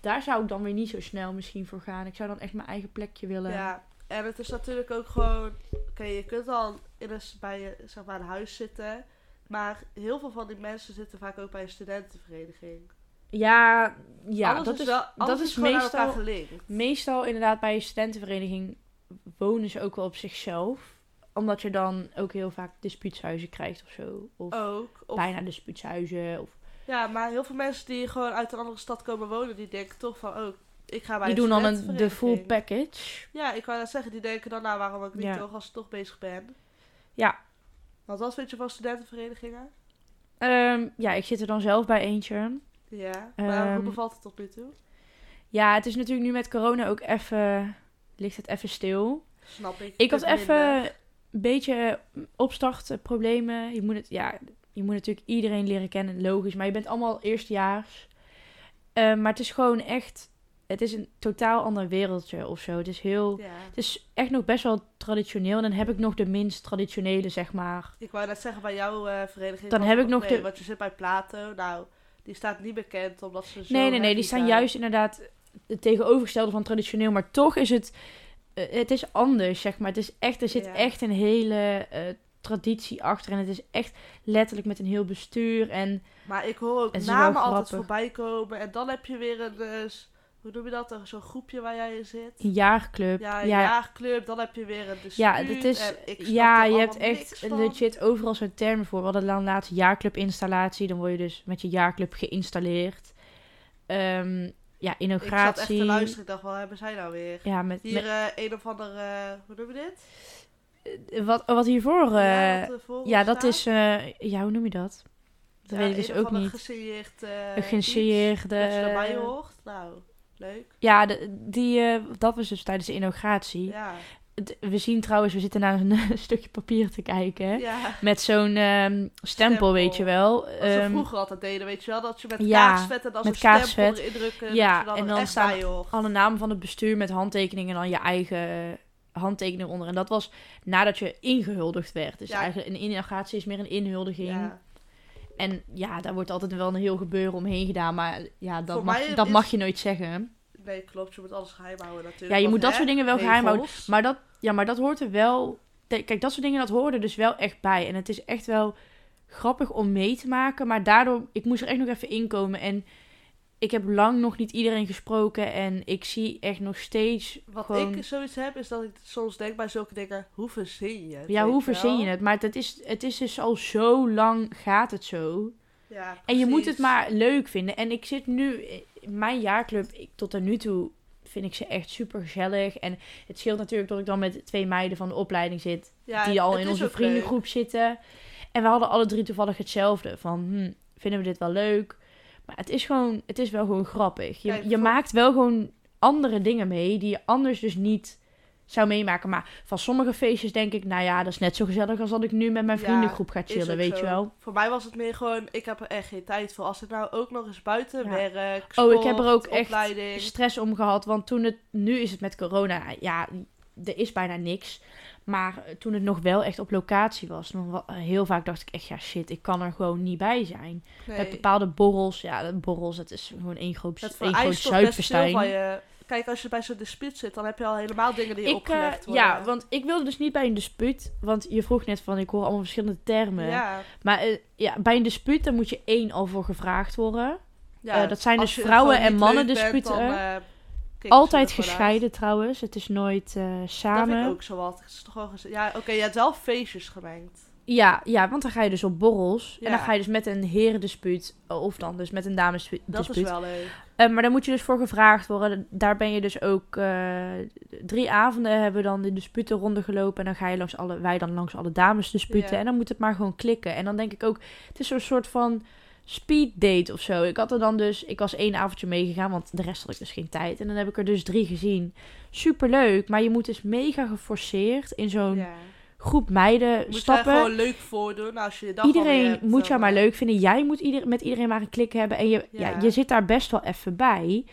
Speaker 3: daar zou ik dan weer niet zo snel misschien voor gaan. Ik zou dan echt mijn eigen plekje willen.
Speaker 2: Ja. En het is natuurlijk ook gewoon. Oké, je kunt al in een, bij je, zeg maar, een huis zitten. Maar heel veel van die mensen zitten vaak ook bij een studentenvereniging.
Speaker 3: ja, ja,
Speaker 2: alles
Speaker 3: dat
Speaker 2: is,
Speaker 3: is,
Speaker 2: wel, alles
Speaker 3: dat
Speaker 2: is,
Speaker 3: is
Speaker 2: gewoon aan elkaar
Speaker 3: meestal-
Speaker 2: gelinkt.
Speaker 3: Meestal inderdaad bij je studentenvereniging wonen ze ook wel op zichzelf. Omdat je dan ook heel vaak dispuutshuizen krijgt of zo. Of
Speaker 2: Ook. Oh, Of,
Speaker 3: bijna dispuutshuizen. Of...
Speaker 2: Ja, maar heel veel mensen die gewoon uit een andere stad komen wonen, die denken toch van, oh, ik ga bij
Speaker 3: Die
Speaker 2: een
Speaker 3: doen dan een, de full
Speaker 2: studentenvereniging.
Speaker 3: package.
Speaker 2: Ja, ik wou dat zeggen. Die denken dan, nou, waarom ook niet
Speaker 3: Ja.
Speaker 2: toch, als ik toch bezig ben.
Speaker 3: Ja.
Speaker 2: Want wat vind je van studentenverenigingen?
Speaker 3: Ehm, ja, ik zit er dan zelf bij eentje.
Speaker 2: Ja, maar hoe
Speaker 3: Ehm,
Speaker 2: bevalt het tot nu toe?
Speaker 3: Ja, het is natuurlijk nu met corona ook even... Ligt het even stil.
Speaker 2: Snap ik.
Speaker 3: Ik had
Speaker 2: Minder.
Speaker 3: eh, even een beetje opstartproblemen. Je moet het... Ja, je moet natuurlijk iedereen leren kennen, logisch. Maar je bent allemaal eerstejaars. Eh, maar het is gewoon echt... Het is een totaal ander wereldje of zo. Het is heel...
Speaker 2: Ja.
Speaker 3: Het is echt nog best wel traditioneel. En dan heb ik nog de minst traditionele, zeg maar.
Speaker 2: Ik wou net zeggen, bij jouw eh, vereniging...
Speaker 3: Dan
Speaker 2: was
Speaker 3: heb
Speaker 2: het
Speaker 3: ik nog
Speaker 2: mee,
Speaker 3: de-
Speaker 2: Want je zit bij Plato. Nou, die staat niet bekend omdat ze zo...
Speaker 3: Nee, nee, nee.
Speaker 2: heavy
Speaker 3: Die staan
Speaker 2: zijn.
Speaker 3: juist inderdaad het tegenovergestelde van traditioneel. Maar toch is het... eh, het is anders, zeg maar. Het is echt, er zit
Speaker 2: Ja.
Speaker 3: echt een hele eh, traditie achter. En het is echt letterlijk met een heel bestuur. En
Speaker 2: Maar ik hoor ook
Speaker 3: Het is wel
Speaker 2: namen altijd
Speaker 3: grappig. voorbij
Speaker 2: voorbij komen. En dan heb je weer een... dus- hoe noem je dat? Zo'n groepje waar jij in zit.
Speaker 3: een jaarclub.
Speaker 2: Ja, een
Speaker 3: ja,
Speaker 2: jaarclub. Dan heb je weer een
Speaker 3: ja, het is, ja je hebt echt legit overal zo'n termen voor. We hadden dan laatst jaarclubinstallatie. Dan word je dus met je jaarclub geïnstalleerd. Ehm, ja,
Speaker 2: Ik zat echt
Speaker 3: inauguratie.
Speaker 2: te luisteren. Ik dacht, wat hebben zij nou weer?
Speaker 3: Ja, met,
Speaker 2: Hier eh, een of ander... eh, hoe noem je dit?
Speaker 3: met- wat, wat hiervoor... eh,
Speaker 2: wat ervoor
Speaker 3: Ja, dat
Speaker 2: staat.
Speaker 3: is. eh, ja, hoe noem je dat? Dat
Speaker 2: Ja,
Speaker 3: weet ik dus
Speaker 2: een of
Speaker 3: ook
Speaker 2: ander
Speaker 3: niet.
Speaker 2: Gesigneerd, eh,
Speaker 3: Een
Speaker 2: iets.
Speaker 3: geïnitieerde.
Speaker 2: Dat je erbij hoort. Nou, leuk.
Speaker 3: eh, Ja, de- die, eh, dat was dus tijdens de inauguratie.
Speaker 2: Ja.
Speaker 3: Het- We zien trouwens, we zitten naar een (laughs) stukje papier te kijken.
Speaker 2: ja.
Speaker 3: Met zo'n ehm, stempel,
Speaker 2: Stempel.
Speaker 3: weet je wel.
Speaker 2: Wat ze
Speaker 3: Ehm,
Speaker 2: vroeger altijd deden, weet je wel? Dat je met
Speaker 3: ja,
Speaker 2: kaarsvet en dan
Speaker 3: met
Speaker 2: zo'n stempel
Speaker 3: kaarsvet.
Speaker 2: erin drukken.
Speaker 3: Ja,
Speaker 2: dat je dan
Speaker 3: en
Speaker 2: er
Speaker 3: dan
Speaker 2: echt
Speaker 3: staan-
Speaker 2: bij hoort.
Speaker 3: alle namen van het bestuur met handtekeningen en dan je eigen handtekening onder. En dat was nadat je ingehuldigd werd. Dus
Speaker 2: Ja.
Speaker 3: eigenlijk een inauguratie is meer een inhuldiging.
Speaker 2: Ja.
Speaker 3: En ja, daar wordt altijd wel een heel gebeuren omheen gedaan. Maar ja, dat,
Speaker 2: Voor
Speaker 3: mag,
Speaker 2: mij
Speaker 3: dat
Speaker 2: is-
Speaker 3: mag je nooit zeggen.
Speaker 2: Nee, klopt. Je moet alles geheim houden natuurlijk.
Speaker 3: Ja, je
Speaker 2: want,
Speaker 3: moet dat
Speaker 2: hè,
Speaker 3: soort dingen wel geheim houden.
Speaker 2: regels.
Speaker 3: Maar dat, ja, maar dat hoort er wel. Te- Kijk, dat soort dingen dat horen er dus wel echt bij. En het is echt wel grappig om mee te maken. Maar daardoor, ik moest er echt nog even inkomen. En ik heb lang nog niet iedereen gesproken. En ik zie echt nog steeds.
Speaker 2: Wat
Speaker 3: gewoon-
Speaker 2: ik zoiets heb, is dat ik soms denk bij zulke dingen, hoe verzin je het?
Speaker 3: Ja,
Speaker 2: weet
Speaker 3: hoe verzin je
Speaker 2: wel?
Speaker 3: het? Maar het is, het is dus al zo lang gaat het zo.
Speaker 2: Ja,
Speaker 3: En je moet het
Speaker 2: precies.
Speaker 3: maar leuk vinden. En ik zit nu, in mijn jaarclub, ik, tot aan nu toe vind ik ze echt super gezellig. En het scheelt natuurlijk dat ik dan met twee meiden van de opleiding zit.
Speaker 2: Ja,
Speaker 3: die al
Speaker 2: het
Speaker 3: in
Speaker 2: is
Speaker 3: onze
Speaker 2: ook
Speaker 3: vriendengroep zitten. En we hadden alle drie toevallig hetzelfde. Van, hm, vinden we dit wel leuk? Maar het is gewoon, het is wel gewoon grappig. Je,
Speaker 2: Kijk,
Speaker 3: je
Speaker 2: voor-
Speaker 3: maakt wel gewoon andere dingen mee die je anders dus niet zou meemaken. Maar van sommige feestjes denk ik, nou ja, dat is net zo gezellig als dat ik nu met mijn
Speaker 2: Ja,
Speaker 3: vriendengroep ga
Speaker 2: leuk. Is
Speaker 3: chillen,
Speaker 2: ook
Speaker 3: weet
Speaker 2: zo.
Speaker 3: je wel.
Speaker 2: Voor mij was het meer gewoon, ik heb er echt geen tijd voor. Als ik nou ook nog eens buiten
Speaker 3: Ja.
Speaker 2: werk,
Speaker 3: Oh, ik heb er ook
Speaker 2: sport,
Speaker 3: echt
Speaker 2: opleiding.
Speaker 3: Stress om gehad, want toen het, nu is het met corona, ja, er is bijna niks. Maar eh, toen het nog wel echt op locatie was, dan wa- heel vaak dacht ik echt, ja shit, ik kan er gewoon niet bij zijn. Met
Speaker 2: Nee.
Speaker 3: bepaalde borrels. Ja, dat borrels, dat is gewoon één groot,
Speaker 2: Het
Speaker 3: één groot
Speaker 2: vereist toch best veel van
Speaker 3: zuipfestijn.
Speaker 2: je. Kijk, als je bij zo'n dispuut zit, dan heb je al helemaal dingen die je
Speaker 3: Ik, eh,
Speaker 2: opgelegd worden.
Speaker 3: ja, want ik wilde dus niet bij een dispuut. Want je vroeg net van, ik hoor allemaal verschillende termen.
Speaker 2: Ja,
Speaker 3: Maar eh, ja, bij een dispuut, daar moet je één al voor gevraagd worden.
Speaker 2: ja.
Speaker 3: Eh, dat zijn
Speaker 2: Als
Speaker 3: dus
Speaker 2: je
Speaker 3: vrouwen
Speaker 2: gewoon
Speaker 3: en
Speaker 2: niet
Speaker 3: mannen
Speaker 2: leuk bent,
Speaker 3: disputen.
Speaker 2: dan, eh, kicken ze
Speaker 3: Altijd
Speaker 2: er gewoon uit.
Speaker 3: gescheiden trouwens. Het is nooit eh,
Speaker 2: Dat vind ik
Speaker 3: samen.
Speaker 2: ook zo wat. Het is toch wel gez- Ja, oké, je hebt wel feestjes gemengd.
Speaker 3: Ja, ja, want dan ga je dus op borrels. En
Speaker 2: Ja.
Speaker 3: dan ga je dus met een herendispuut. eh, Of dan dus met een damesdispuut.
Speaker 2: Dat is wel leuk.
Speaker 3: Eh, maar daar moet je dus voor gevraagd worden. Daar ben je dus ook eh, drie avonden hebben we dan de disputenronde gelopen. En dan ga je langs alle, wij dan langs alle dames disputen.
Speaker 2: Ja.
Speaker 3: En dan moet het maar gewoon klikken. En dan denk ik ook, het is zo'n soort van speed date of zo. Ik had er dan dus, ik was één avondje meegegaan, want de rest had ik dus geen tijd. En dan heb ik er dus drie gezien. Superleuk, maar je moet dus mega geforceerd in zo'n
Speaker 2: Ja.
Speaker 3: groep meiden
Speaker 2: Moet je
Speaker 3: stappen.
Speaker 2: gewoon leuk voordoen als je je dag alweer
Speaker 3: Iedereen
Speaker 2: hebt,
Speaker 3: moet
Speaker 2: eh,
Speaker 3: jou maar leuk vinden. Jij moet ieder, met iedereen maar een klik hebben. En je, ja.
Speaker 2: Ja.
Speaker 3: je zit daar best wel even bij.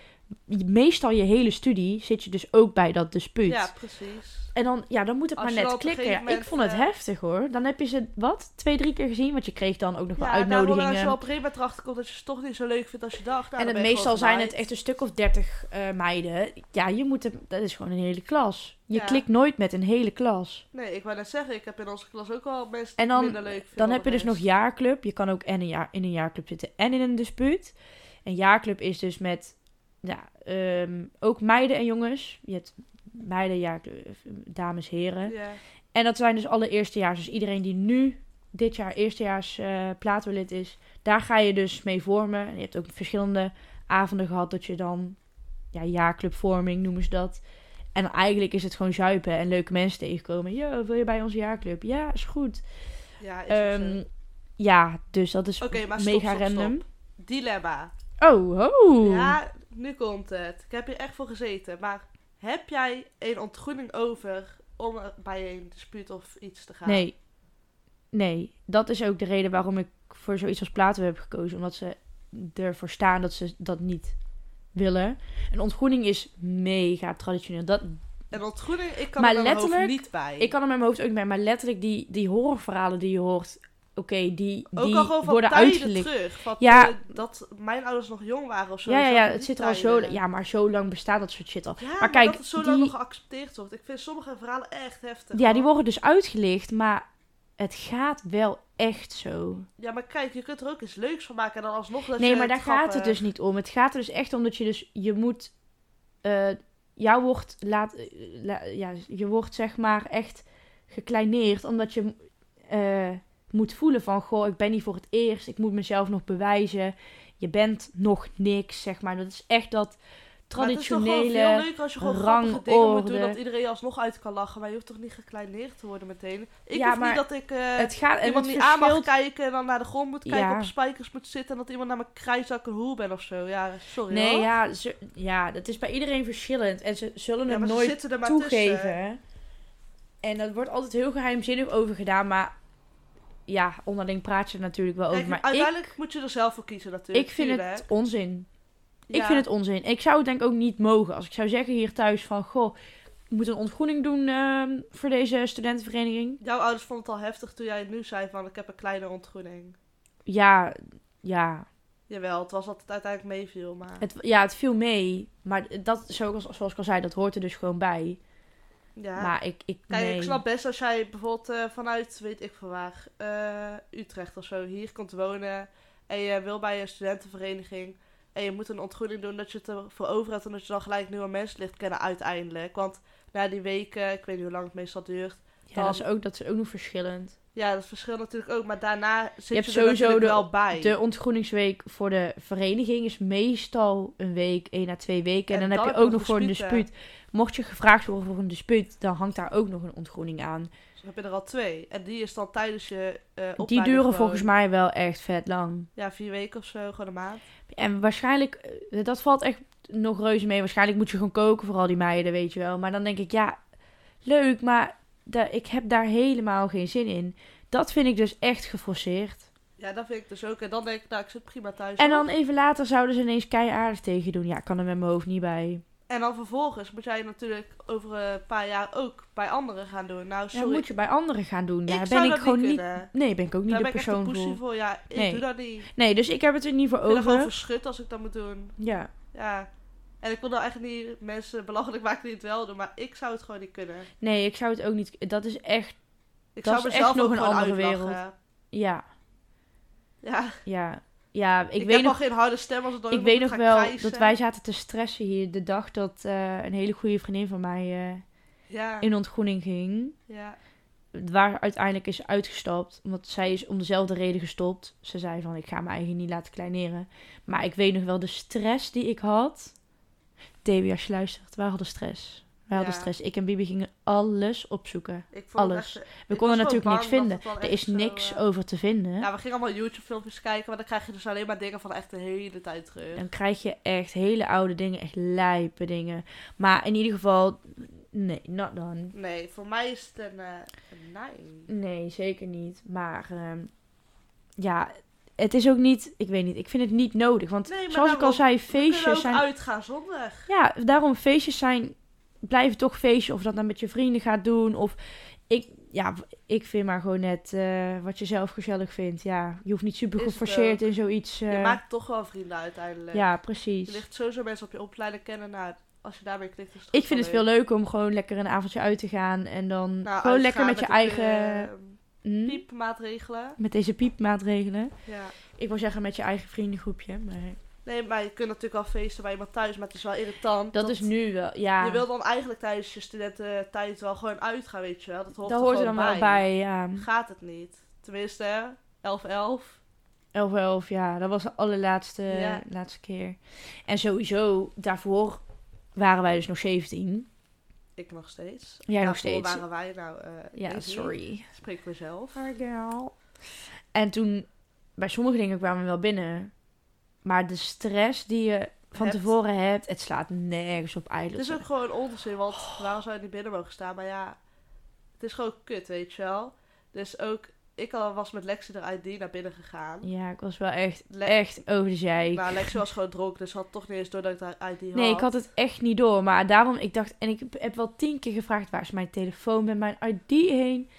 Speaker 3: Je- Meestal je hele studie zit je dus ook bij dat dispuut.
Speaker 2: Ja, precies.
Speaker 3: En dan, ja, dan moet het
Speaker 2: Als
Speaker 3: maar
Speaker 2: je
Speaker 3: net
Speaker 2: dan op een
Speaker 3: klikken.
Speaker 2: gegeven
Speaker 3: ik
Speaker 2: moment,
Speaker 3: vond het
Speaker 2: eh,
Speaker 3: heftig hoor. Dan heb je ze, wat, twee, drie keer gezien? Want je kreeg dan ook nog wel
Speaker 2: Ja, nou, daarom als je
Speaker 3: uitnodigingen.
Speaker 2: op een gegeven moment erachter komt dat je ze toch niet zo leuk vindt als je dacht. nou,
Speaker 3: En
Speaker 2: dan
Speaker 3: het,
Speaker 2: ben je
Speaker 3: meestal
Speaker 2: gewoon
Speaker 3: zijn het
Speaker 2: genaaid.
Speaker 3: echt een stuk of dertig eh, meiden. Ja, je moet het, dat is gewoon een hele klas. Je
Speaker 2: Ja.
Speaker 3: klikt nooit met een hele klas.
Speaker 2: Nee, ik wou net zeggen, ik heb in onze klas ook wel mensen
Speaker 3: En dan-
Speaker 2: minder leuk vinden.
Speaker 3: Dan heb je
Speaker 2: dan
Speaker 3: dus nog
Speaker 2: de rest.
Speaker 3: jaarclub. Je kan ook en een jaar, in een jaarclub zitten en in een dispuut. Een jaarclub is dus met ja, ehm, ook meiden en jongens. Je hebt meiden, jaarclub, eh, dames, heren.
Speaker 2: Ja.
Speaker 3: En dat zijn dus alle eerstejaars. Dus iedereen die nu dit jaar eerstejaars eh Plato-lid is, daar ga je dus mee vormen. En je hebt ook verschillende avonden gehad dat je dan, ja, jaarclubvorming noemen ze dat. En eigenlijk is het gewoon zuipen en leuke mensen tegenkomen. Yo, wil je bij onze jaarclub? Ja, is goed.
Speaker 2: Ja, is ook zo.
Speaker 3: Ehm, ja, dus dat is
Speaker 2: Oké, maar stop,
Speaker 3: mega
Speaker 2: stop, stop.
Speaker 3: random.
Speaker 2: Dilemma.
Speaker 3: Oh, ho.
Speaker 2: Ja, nu komt het. Ik heb hier echt voor gezeten. Maar heb jij een ontgroening over om er bij een dispuut of iets te gaan?
Speaker 3: Nee. Nee, dat is ook de reden waarom ik voor zoiets als Plato heb gekozen. Omdat ze ervoor staan dat ze dat niet willen. En ontgroening is mega traditioneel. Dat,
Speaker 2: En ontgroening, ik kan
Speaker 3: Maar
Speaker 2: er bij mijn hoofd
Speaker 3: letterlijk,
Speaker 2: niet bij.
Speaker 3: ik kan er met mijn hoofd ook niet bij. Maar letterlijk die, die horrorverhalen die je hoort. Oké, die,
Speaker 2: ook
Speaker 3: die
Speaker 2: al gewoon van
Speaker 3: worden
Speaker 2: tijden
Speaker 3: uitgelicht.
Speaker 2: terug. Van
Speaker 3: Ja.
Speaker 2: toen- dat mijn ouders nog jong waren of zo.
Speaker 3: Ja, ja,
Speaker 2: zaten
Speaker 3: ja,
Speaker 2: die
Speaker 3: het zit er al zo...
Speaker 2: tijden.
Speaker 3: Ja, maar zo lang bestaat dat soort shit al.
Speaker 2: Ja, maar,
Speaker 3: kijk,
Speaker 2: dat het zo lang
Speaker 3: die-
Speaker 2: nog geaccepteerd wordt. Ik vind sommige verhalen echt heftig.
Speaker 3: Ja, die
Speaker 2: hoor.
Speaker 3: worden dus uitgelicht, maar het gaat wel echt zo.
Speaker 2: Ja, maar kijk, je kunt er ook iets leuks van maken en dan alsnog dat
Speaker 3: Nee,
Speaker 2: je
Speaker 3: maar daar
Speaker 2: trappen-
Speaker 3: gaat het dus niet om. Het gaat er dus echt om dat je dus, je moet, eh jou wordt, laat, eh, la- ja, je wordt zeg maar echt gekleineerd, omdat je eh, moet voelen van, goh, ik ben hier voor het eerst, ik moet mezelf nog bewijzen, je bent nog niks, zeg maar. Dat is echt dat
Speaker 2: Maar het is toch
Speaker 3: traditionele...
Speaker 2: gewoon veel leuker als je gewoon grappige dingen moet doen
Speaker 3: rangorde.
Speaker 2: dat iedereen alsnog uit kan lachen. Maar je hoeft toch niet gekleineerd te worden meteen. Ik
Speaker 3: Ja,
Speaker 2: hoef
Speaker 3: maar
Speaker 2: niet dat ik eh
Speaker 3: het gaat, en
Speaker 2: iemand
Speaker 3: het
Speaker 2: niet aan mag
Speaker 3: verschilt
Speaker 2: kijken en dan naar de grond moet kijken,
Speaker 3: Ja.
Speaker 2: op spijkers moet zitten en dat iemand naar mijn kruiszak een hoer ben of zo. Ja, sorry.
Speaker 3: Nee,
Speaker 2: hoor.
Speaker 3: ja, ze, ja, dat is bij iedereen verschillend. En ze zullen
Speaker 2: Ja,
Speaker 3: het
Speaker 2: maar ze
Speaker 3: nooit
Speaker 2: zitten er maar
Speaker 3: toegeven.
Speaker 2: tussen.
Speaker 3: En dat wordt altijd heel geheimzinnig over gedaan. Maar ja, onderling praat je er natuurlijk wel
Speaker 2: Kijk,
Speaker 3: over. Maar ik,
Speaker 2: uiteindelijk moet je er zelf voor kiezen natuurlijk.
Speaker 3: ik vind
Speaker 2: tuurlijk.
Speaker 3: het onzin. Ik
Speaker 2: Ja.
Speaker 3: vind het onzin. Ik zou het denk ik ook niet mogen. Als ik zou zeggen hier thuis van... Goh, ik moet een ontgroening doen ehm, voor deze studentenvereniging.
Speaker 2: Jouw ouders vonden het al heftig toen jij het nu zei van ik heb een kleine ontgroening.
Speaker 3: Ja, ja.
Speaker 2: Jawel, het was dat het uiteindelijk meeviel, maar...
Speaker 3: Het, ja, het viel mee. Maar dat, zoals, zoals ik al zei, dat hoort er dus gewoon bij.
Speaker 2: ja.
Speaker 3: Maar ik, ik,
Speaker 2: Kijk,
Speaker 3: nee.
Speaker 2: ik snap best als jij bijvoorbeeld eh, vanuit, weet ik van waar, eh, Utrecht of zo, hier komt wonen en je wil bij een studentenvereniging en je moet een ontgroening doen dat je het ervoor over hebt en dat je dan gelijk nieuwe mensen ligt kennen uiteindelijk. Want na die weken, ik weet niet hoe lang het meestal duurt,
Speaker 3: Ja, dat is ook, dat is ook nog verschillend.
Speaker 2: ja, dat verschilt natuurlijk ook, maar daarna zit je,
Speaker 3: hebt
Speaker 2: er
Speaker 3: sowieso
Speaker 2: natuurlijk
Speaker 3: de-
Speaker 2: wel bij.
Speaker 3: De ontgroeningsweek voor de vereniging is meestal een week, één à twee weken. En,
Speaker 2: En
Speaker 3: dan,
Speaker 2: dan
Speaker 3: heb je
Speaker 2: heb
Speaker 3: ook
Speaker 2: je
Speaker 3: nog
Speaker 2: nog
Speaker 3: voor een
Speaker 2: disputen.
Speaker 3: dispuut. Mocht je gevraagd worden voor een dispuut, dan hangt daar ook nog een ontgroening aan.
Speaker 2: Dus dan heb je er al twee en die is dan tijdens je eh
Speaker 3: Die
Speaker 2: opleiding
Speaker 3: duren
Speaker 2: gewoon,
Speaker 3: volgens mij wel echt vet lang.
Speaker 2: Ja, vier weken of zo, gewoon een maand.
Speaker 3: En waarschijnlijk, eh, dat valt echt nog reuze mee. Waarschijnlijk moet je gewoon koken voor al die meiden, weet je wel. Maar dan denk ik, ja, leuk, maar da- ik heb daar helemaal geen zin in. Dat vind ik dus echt geforceerd.
Speaker 2: Ja, dat vind ik dus ook. En dan denk ik, nou, ik zit prima thuis.
Speaker 3: En dan even later zouden ze ineens keiaardig tegen doen. Ja, ik kan er met mijn hoofd niet bij.
Speaker 2: En dan vervolgens moet jij natuurlijk over een paar jaar ook bij anderen gaan doen. Nou,
Speaker 3: Ja,
Speaker 2: sorry.
Speaker 3: moet je bij anderen gaan doen. Daar
Speaker 2: zou
Speaker 3: ben ik
Speaker 2: dat
Speaker 3: gewoon niet.
Speaker 2: kunnen.
Speaker 3: Nee, ben ik ook niet de
Speaker 2: Daar ben ik echt een
Speaker 3: persoon
Speaker 2: poesie
Speaker 3: voor.
Speaker 2: voor. Ja, ik
Speaker 3: Nee.
Speaker 2: doe dat niet. Ik
Speaker 3: Nee, dus ik heb het er niet voor
Speaker 2: ben er gewoon
Speaker 3: over.
Speaker 2: verschut als ik dat moet doen.
Speaker 3: Ja.
Speaker 2: Ja. En ik wil nou echt niet mensen belachelijk maken die het wel doen. Maar ik zou het gewoon niet kunnen.
Speaker 3: Nee, ik zou het ook niet. Dat is echt.
Speaker 2: Ik
Speaker 3: Dat
Speaker 2: zou
Speaker 3: is
Speaker 2: mezelf
Speaker 3: echt nog
Speaker 2: ook
Speaker 3: een
Speaker 2: gewoon
Speaker 3: andere
Speaker 2: uitlachen.
Speaker 3: Ja,
Speaker 2: Ja,
Speaker 3: ja, ja. Ik,
Speaker 2: ik,
Speaker 3: weet
Speaker 2: heb
Speaker 3: nog.
Speaker 2: al geen harde stem als het dan
Speaker 3: Ik
Speaker 2: iemand
Speaker 3: weet
Speaker 2: moet
Speaker 3: nog
Speaker 2: gaan
Speaker 3: wel
Speaker 2: krijsen.
Speaker 3: dat wij zaten te stressen hier de dag dat eh, een hele goede vriendin van mij eh,
Speaker 2: Ja,
Speaker 3: in ontgroening ging.
Speaker 2: ja.
Speaker 3: Waar uiteindelijk is uitgestapt. Omdat zij is om dezelfde reden gestopt. Ze zei van ik ga mijn eigen niet laten kleineren. Maar ik weet nog wel de stress die ik had. Debbie, als je luistert, wij hadden stress. Wij hadden
Speaker 2: Ja.
Speaker 3: stress. Ik en Bibi gingen alles opzoeken.
Speaker 2: Ik vond het
Speaker 3: Alles.
Speaker 2: echt-
Speaker 3: We konden
Speaker 2: ik was gewoon
Speaker 3: natuurlijk niks
Speaker 2: bang dat
Speaker 3: vinden.
Speaker 2: het dan
Speaker 3: Er
Speaker 2: echt
Speaker 3: is
Speaker 2: zo,
Speaker 3: niks
Speaker 2: eh,
Speaker 3: over te vinden.
Speaker 2: Ja, we gingen allemaal YouTube-filmpjes kijken, maar dan krijg je dus alleen maar dingen van echt de hele tijd terug.
Speaker 3: Dan krijg je echt hele oude dingen, echt lijpe dingen. Maar in ieder geval, nee, not done.
Speaker 2: Nee, voor mij is het een, eh een nine.
Speaker 3: Nee, zeker niet. Maar ehm, ja, het is ook niet, ik weet niet, ik vind het niet nodig. Want
Speaker 2: Nee, maar
Speaker 3: zoals ik al
Speaker 2: daarom,
Speaker 3: zei,
Speaker 2: We kunnen ook
Speaker 3: feestjes zijn...
Speaker 2: uitgaan zondag.
Speaker 3: Ja, daarom feestjes zijn, blijven toch feestjes. Of dat dan met je vrienden gaat doen. Of ik, ja, ik vind maar gewoon net eh, wat je zelf gezellig vindt. Ja, je hoeft niet super
Speaker 2: Is het
Speaker 3: geforceerd in zoiets.
Speaker 2: Je
Speaker 3: eh,
Speaker 2: maakt toch wel vrienden uiteindelijk.
Speaker 3: ja,
Speaker 2: Je
Speaker 3: precies.
Speaker 2: ligt sowieso mensen op je opleiding kennen. Nou, als je daarmee klikt, is het
Speaker 3: Ik vind het veel leuker om gewoon lekker een avondje uit te gaan. En dan
Speaker 2: Nou,
Speaker 3: gewoon lekker met je
Speaker 2: eh,
Speaker 3: eigen... hm,
Speaker 2: ehm, piepmaatregelen.
Speaker 3: met deze piepmaatregelen.
Speaker 2: Ja.
Speaker 3: Ik wil zeggen met je eigen vriendengroepje. Maar
Speaker 2: Nee, maar je kunt natuurlijk wel feesten bij iemand thuis, maar het is wel irritant.
Speaker 3: dat, is nu wel... Ja,
Speaker 2: Je wil dan eigenlijk tijdens je studententijd wel gewoon uitgaan, weet je wel. Dat hoort,
Speaker 3: dat hoort er dan
Speaker 2: gewoon
Speaker 3: wel bij. Ja.
Speaker 2: Gaat het niet. Tenminste, 11-11.
Speaker 3: 11 voor 11, ja. Dat was de allerlaatste
Speaker 2: Ja.
Speaker 3: laatste keer. En sowieso, daarvoor waren wij dus nog 17.
Speaker 2: Ik nog steeds.
Speaker 3: Jij nog
Speaker 2: Daarvoor
Speaker 3: steeds.
Speaker 2: waren wij nou... eh, ik
Speaker 3: Ja,
Speaker 2: weet niet.
Speaker 3: sorry.
Speaker 2: Spreek voor mezelf.
Speaker 3: En toen, bij sommige dingen kwamen we wel binnen. Maar de stress die je van
Speaker 2: Hebt.
Speaker 3: tevoren hebt, het slaat nergens op eigenlijk.
Speaker 2: Het is ook gewoon onzin, want
Speaker 3: Oh.
Speaker 2: waarom zou je niet binnen mogen staan? Maar ja, het is gewoon kut, weet je wel. Dus ook, ik al was met Lexi eruit die naar binnen gegaan.
Speaker 3: Ja, ik was wel echt,
Speaker 2: Le-
Speaker 3: echt over de zijk.
Speaker 2: Maar Lexi was gewoon dronken, dus had toch niet eens door dat ik daar ID had.
Speaker 3: Nee, ik had het echt niet door. Maar daarom, ik dacht, en ik heb wel tien keer gevraagd, waar is mijn telefoon met mijn ID heen?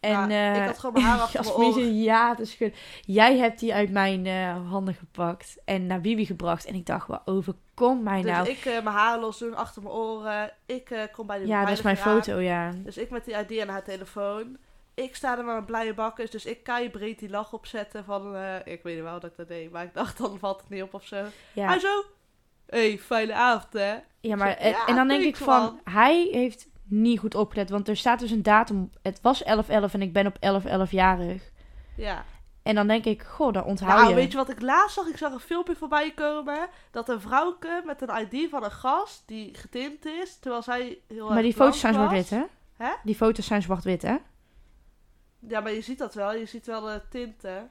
Speaker 3: En
Speaker 2: Maar
Speaker 3: eh,
Speaker 2: ik had gewoon mijn
Speaker 3: (laughs)
Speaker 2: haar achter mijn
Speaker 3: Jasmin
Speaker 2: oren.
Speaker 3: zei ja te schudden. Jij hebt die uit mijn eh, handen gepakt en naar Bibi gebracht. En ik dacht, wat overkomt mij
Speaker 2: Dus
Speaker 3: nou?
Speaker 2: ik eh, mijn haar los doen, achter mijn oren. Ik eh, kom bij de
Speaker 3: ja, dat is mijn
Speaker 2: beveiliging
Speaker 3: foto, ja.
Speaker 2: aan. Dus ik met die ID en haar telefoon. Ik sta er maar een blije bakkers, dus ik kan je breed die lach opzetten van... eh, ik weet niet wel dat ik dat deed, maar ik dacht, dan valt het niet op of zo. Hij
Speaker 3: Ja,
Speaker 2: zo... hey, fijne avond, hè?
Speaker 3: ja maar eh,
Speaker 2: zei, Ah, ja,
Speaker 3: en dan denk ik
Speaker 2: thanks,
Speaker 3: van,
Speaker 2: man.
Speaker 3: hij heeft niet goed opgelet. Want er staat dus een datum. Het was 11-11 en ik ben op 11-11 jarig.
Speaker 2: Ja.
Speaker 3: En dan denk ik, goh, dan onthoud
Speaker 2: Nou,
Speaker 3: je.
Speaker 2: weet je wat ik laatst zag? Ik zag een filmpje voorbij komen dat een vrouwke met een ID van een gast die getint is, terwijl zij heel
Speaker 3: maar
Speaker 2: erg
Speaker 3: die
Speaker 2: blank
Speaker 3: foto's zijn
Speaker 2: was.
Speaker 3: zwart-wit, hè?
Speaker 2: Hè?
Speaker 3: Die foto's zijn zwart-wit, hè?
Speaker 2: Ja, maar je ziet dat wel. Je ziet wel de tinten.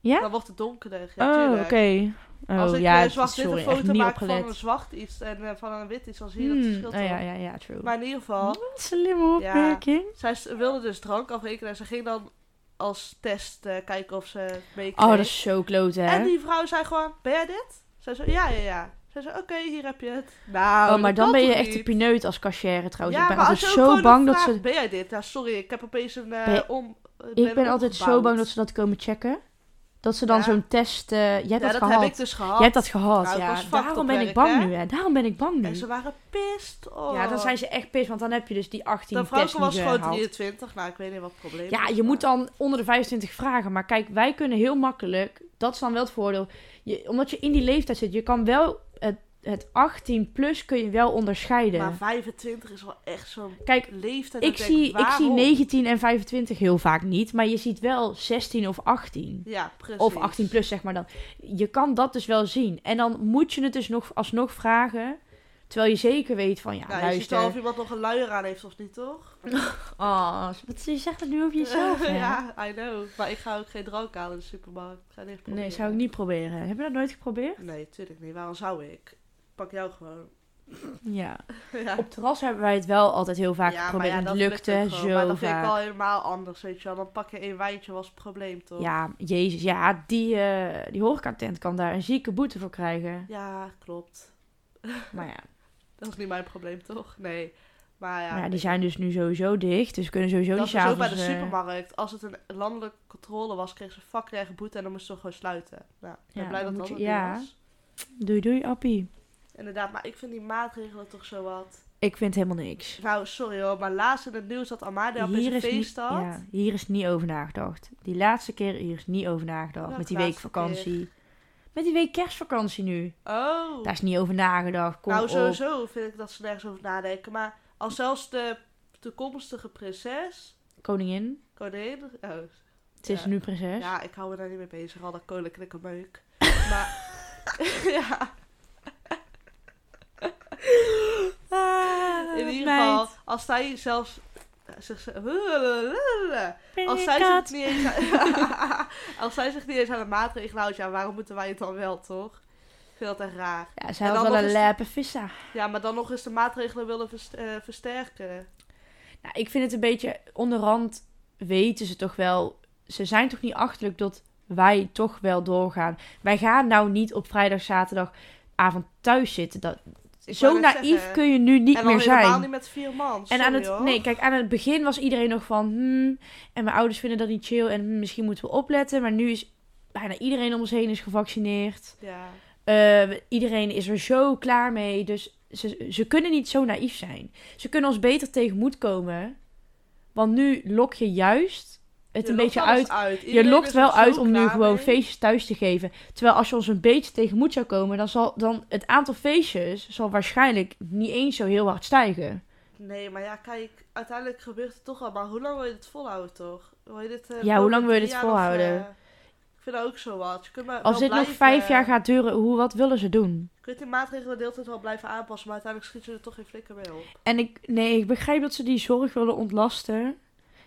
Speaker 3: Ja?
Speaker 2: Dan wordt het donkerder. Ja,
Speaker 3: Oh, oké.
Speaker 2: tuurlijk.
Speaker 3: Oh,
Speaker 2: Als ik
Speaker 3: ja,
Speaker 2: eh,
Speaker 3: het-
Speaker 2: zwart-wit een
Speaker 3: sorry,
Speaker 2: foto
Speaker 3: echt niet
Speaker 2: maak van
Speaker 3: opgelet.
Speaker 2: een zwart iets en eh, van een wit iets, dan zie je
Speaker 3: Hmm,
Speaker 2: dat verschil
Speaker 3: oh,
Speaker 2: toch.
Speaker 3: ja, ja, ja, true.
Speaker 2: Maar in ieder geval,
Speaker 3: Slimme opmerking.
Speaker 2: zij s- wilde dus drank afrekenen en ze ging dan als test eh, kijken of ze mee
Speaker 3: Oh, dat
Speaker 2: kreeg.
Speaker 3: is zo klote, hè?
Speaker 2: En die vrouw zei gewoon, ben jij dit? Zij zei, ja, ja, ja. Zij zei, oké, hier heb je het. Nou,
Speaker 3: oh, maar
Speaker 2: dat
Speaker 3: dan
Speaker 2: kan
Speaker 3: ben je
Speaker 2: toch
Speaker 3: echt de
Speaker 2: niet?
Speaker 3: pineut als cashier trouwens.
Speaker 2: ja,
Speaker 3: ik ben
Speaker 2: maar
Speaker 3: altijd
Speaker 2: als je ook
Speaker 3: zo
Speaker 2: gewoon
Speaker 3: bang
Speaker 2: dan
Speaker 3: dat
Speaker 2: vraagt,
Speaker 3: ze...
Speaker 2: Ben jij dit? Ja, sorry, ik heb opeens een... eh,
Speaker 3: Ben-
Speaker 2: om,
Speaker 3: Ik ben altijd zo bang dat ze dat komen checken. Dat ze dan
Speaker 2: Ja.
Speaker 3: zo'n test... eh, jij hebt
Speaker 2: Ja,
Speaker 3: dat,
Speaker 2: dat
Speaker 3: gehad.
Speaker 2: heb ik dus gehad.
Speaker 3: Jij hebt dat gehad,
Speaker 2: Nou, ik
Speaker 3: ja.
Speaker 2: was fucked
Speaker 3: Daarom
Speaker 2: op
Speaker 3: ben ik
Speaker 2: werk,
Speaker 3: bang
Speaker 2: hè?
Speaker 3: nu, hè. Daarom ben ik bang
Speaker 2: En
Speaker 3: nu.
Speaker 2: ze waren pist. Oh.
Speaker 3: Ja, dan zijn ze echt pist, want dan heb je dus die 18
Speaker 2: Dat
Speaker 3: test niet
Speaker 2: vrouwke Nou, was gewoon
Speaker 3: gehaald.
Speaker 2: 23. Nou, ik weet niet wat het probleem
Speaker 3: Ja,
Speaker 2: was,
Speaker 3: je moet
Speaker 2: maar-
Speaker 3: dan onder de 25 vragen. Maar kijk, wij kunnen heel makkelijk. Dat is dan wel het voordeel. Je, omdat je in die leeftijd zit, je kan wel het, het 18 plus kun je wel onderscheiden.
Speaker 2: Maar 25 is wel echt zo'n
Speaker 3: kijk,
Speaker 2: leeftijd.
Speaker 3: ik
Speaker 2: dat
Speaker 3: zie,
Speaker 2: denk,
Speaker 3: ik zie
Speaker 2: waarom?
Speaker 3: 19 en 25 heel vaak niet. Maar je ziet wel 16 of 18.
Speaker 2: Ja, precies.
Speaker 3: Of 18 plus, zeg maar dan. Je kan dat dus wel zien. En dan moet je het dus nog, alsnog vragen. Terwijl je zeker weet van, ja,
Speaker 2: Ja, Nou, je ziet
Speaker 3: luister.
Speaker 2: wel of iemand nog een luier aan heeft of niet, toch?
Speaker 3: Oh, wat je zegt het nu over
Speaker 2: (laughs)
Speaker 3: jezelf, hè?
Speaker 2: ja, I know. Maar ik ga ook geen drank halen in de supermarkt. Ik ga het echt
Speaker 3: Nee,
Speaker 2: proberen.
Speaker 3: zou ik niet proberen. Heb je dat nooit geprobeerd?
Speaker 2: Nee, tuurlijk niet. Waarom zou ik? Ik Pak jou gewoon. (laughs)
Speaker 3: Ja.
Speaker 2: ja.
Speaker 3: Op terras hebben wij het wel altijd heel vaak
Speaker 2: Ja,
Speaker 3: geprobeerd.
Speaker 2: maar
Speaker 3: en
Speaker 2: ja,
Speaker 3: het
Speaker 2: dat
Speaker 3: lukte
Speaker 2: lukt ook gewoon. Maar
Speaker 3: zo
Speaker 2: dat vind ik wel
Speaker 3: vaak.
Speaker 2: helemaal anders, weet je wel. Dan pak je één wijntje, was het probleem, toch?
Speaker 3: Ja, jezus. Ja, die, eh die horecatent kan daar een zieke boete voor krijgen.
Speaker 2: Ja, klopt.
Speaker 3: Maar ja,
Speaker 2: Dat is niet mijn probleem, toch? Nee. Maar ja,
Speaker 3: maar ja, die zijn dus nu sowieso dicht. Dus kunnen sowieso
Speaker 2: dat
Speaker 3: niet
Speaker 2: is dus ook bij
Speaker 3: s'avonds...
Speaker 2: de
Speaker 3: eh,
Speaker 2: supermarkt. Als het een landelijke controle was, kregen ze een fucking erg boete en dan moesten ze gewoon sluiten. Nou, ik ben
Speaker 3: Ja,
Speaker 2: blij
Speaker 3: dan
Speaker 2: dat
Speaker 3: moet
Speaker 2: dat
Speaker 3: je-
Speaker 2: het
Speaker 3: ja.
Speaker 2: niet was.
Speaker 3: Doei, doei, appie.
Speaker 2: Inderdaad, maar ik vind die maatregelen toch zo wat.
Speaker 3: Ik vind helemaal niks.
Speaker 2: Nou, sorry hoor, maar laatst in het nieuws dat Amade op
Speaker 3: Hier
Speaker 2: een
Speaker 3: is,
Speaker 2: feest
Speaker 3: niet,
Speaker 2: had.
Speaker 3: ja, hier is niet over nagedacht. Die laatste keer hier is niet over nagedacht.
Speaker 2: Welke
Speaker 3: met die
Speaker 2: laatste
Speaker 3: weekvakantie. Met die week kerstvakantie nu.
Speaker 2: Oh.
Speaker 3: Daar is niet over nagedacht. Kom
Speaker 2: nou,
Speaker 3: op.
Speaker 2: sowieso vind ik dat ze nergens over nadenken. Maar als zelfs de toekomstige prinses,
Speaker 3: Koningin.
Speaker 2: koningin... Oh,
Speaker 3: Het is
Speaker 2: Ja.
Speaker 3: nu prinses.
Speaker 2: ja, ik hou me daar niet mee bezig, al dat koninklijke meuk.
Speaker 3: (laughs)
Speaker 2: Maar, ja...
Speaker 3: Ah,
Speaker 2: In ieder
Speaker 3: meid.
Speaker 2: geval, als zij zelfs. zich- Als zij,
Speaker 3: Pindakaat.
Speaker 2: zich niet
Speaker 3: (laughs)
Speaker 2: eens aan, (laughs) als zij zich niet eens aan de maatregelen houdt, ja, waarom moeten wij het dan wel, toch? Ik vind dat echt raar.
Speaker 3: Ja, ze
Speaker 2: En
Speaker 3: had
Speaker 2: dan
Speaker 3: wel
Speaker 2: nog
Speaker 3: een
Speaker 2: eens-
Speaker 3: leppe vissa.
Speaker 2: Ja, maar dan nog eens de maatregelen willen vers- eh, versterken.
Speaker 3: Nou, ik vind het een beetje onderhand weten ze toch wel. Ze zijn toch niet achterlijk dat wij toch wel doorgaan. Wij gaan nou niet op vrijdag, zaterdagavond thuis zitten. Dat,
Speaker 2: Ik
Speaker 3: zo
Speaker 2: wou net
Speaker 3: naïef
Speaker 2: zeggen.
Speaker 3: kun je nu niet
Speaker 2: en dan
Speaker 3: meer
Speaker 2: helemaal
Speaker 3: zijn.
Speaker 2: niet met vier man.
Speaker 3: en aan
Speaker 2: sorry,
Speaker 3: het,
Speaker 2: hoor.
Speaker 3: nee, kijk, aan het begin was iedereen nog van. hmm, en mijn ouders vinden dat niet chill. En hmm, misschien moeten we opletten. Maar nu is bijna iedereen om ons heen is gevaccineerd.
Speaker 2: Ja.
Speaker 3: Eh, iedereen is er zo klaar mee. Dus ze, ze kunnen niet zo naïef zijn. Ze kunnen ons beter tegemoet komen. Want nu lok je juist het
Speaker 2: Je
Speaker 3: een
Speaker 2: lokt
Speaker 3: beetje
Speaker 2: alles
Speaker 3: uit. Je
Speaker 2: Iedereen
Speaker 3: lokt
Speaker 2: is
Speaker 3: wel
Speaker 2: er zo
Speaker 3: uit om nu
Speaker 2: klaar
Speaker 3: gewoon
Speaker 2: mee.
Speaker 3: feestjes thuis te geven. Terwijl als je ons een beetje tegemoet zou komen, dan zal dan het aantal feestjes zal waarschijnlijk niet eens zo heel hard stijgen.
Speaker 2: Nee, maar ja, kijk, uiteindelijk gebeurt het toch al. Maar hoe lang wil je dit volhouden, toch? Wil je dit, eh,
Speaker 3: Ja, hoe lang wil je
Speaker 2: drie
Speaker 3: dit
Speaker 2: jaar of,
Speaker 3: volhouden?
Speaker 2: eh, ik vind dat ook zo wat. Je kunt maar
Speaker 3: Als
Speaker 2: wel
Speaker 3: dit nog
Speaker 2: blijven-
Speaker 3: vijf jaar gaat duren, hoe, wat willen ze doen?
Speaker 2: Je kunt die maatregelen deeltijd wel blijven aanpassen, maar uiteindelijk schiet je er toch geen flikker mee op.
Speaker 3: En ik, nee, ik begrijp dat ze die zorg willen ontlasten.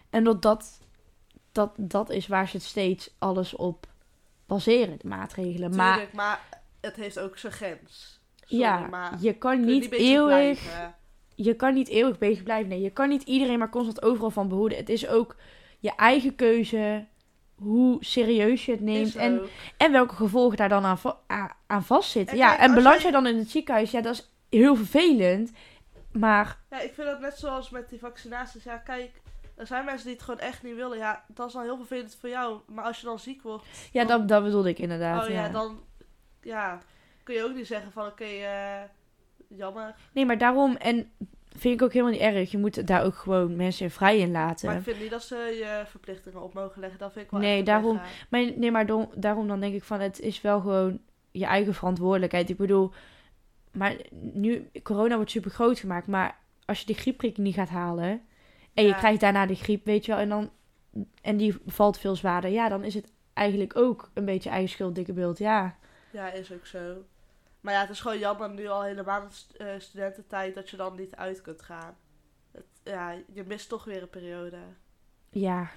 Speaker 3: En dat dat, dat, dat is waar ze het steeds alles op baseren, de maatregelen. Maar
Speaker 2: Tuurlijk, maar het heeft ook zijn grens. Sorry,
Speaker 3: ja,
Speaker 2: maar je
Speaker 3: je kan
Speaker 2: kunt
Speaker 3: niet
Speaker 2: bezig
Speaker 3: eeuwig...
Speaker 2: blijven.
Speaker 3: je kan niet eeuwig bezig blijven. Nee, je kan niet iedereen maar constant overal van behoeden. Het is ook je eigen keuze. hoe serieus je het neemt.
Speaker 2: Is
Speaker 3: En,
Speaker 2: ook.
Speaker 3: en welke gevolgen daar dan aan, va- a- aan vastzitten.
Speaker 2: En
Speaker 3: ja,
Speaker 2: kijk,
Speaker 3: en
Speaker 2: als
Speaker 3: beland
Speaker 2: jij-
Speaker 3: je dan in het ziekenhuis, ja, dat is heel vervelend. Maar
Speaker 2: Ja, ik vind dat net zoals met die vaccinaties. Ja, kijk, er zijn mensen die het gewoon echt niet willen. Ja, dat is dan heel vervelend voor jou. Maar als je dan ziek wordt,
Speaker 3: ja,
Speaker 2: Oh.
Speaker 3: dat, dat bedoelde ik inderdaad.
Speaker 2: oh ja,
Speaker 3: ja,
Speaker 2: dan ja, kun je ook niet zeggen van oké, eh, jammer.
Speaker 3: Nee, maar daarom, en vind ik ook helemaal niet erg. Je moet daar ook gewoon mensen vrij in laten.
Speaker 2: Maar ik vind niet dat ze je verplichtingen op mogen leggen. Dat vind ik wel
Speaker 3: Nee,
Speaker 2: echt
Speaker 3: daarom-
Speaker 2: mega.
Speaker 3: Maar nee, maar dan- daarom dan denk ik van het is wel gewoon je eigen verantwoordelijkheid. Ik bedoel, maar nu corona wordt super groot gemaakt, maar als je die griepprik niet gaat halen en je
Speaker 2: Ja.
Speaker 3: krijgt daarna de griep, weet je wel, en dan en die valt veel zwaarder, ja, dan is het eigenlijk ook een beetje eigen schuld, dikke beeld, ja.
Speaker 2: Ja, is ook zo. Maar ja, het is gewoon jammer nu al helemaal in st- eh, studententijd dat je dan niet uit kunt gaan. Het, ja, je mist toch weer een periode.
Speaker 3: Ja,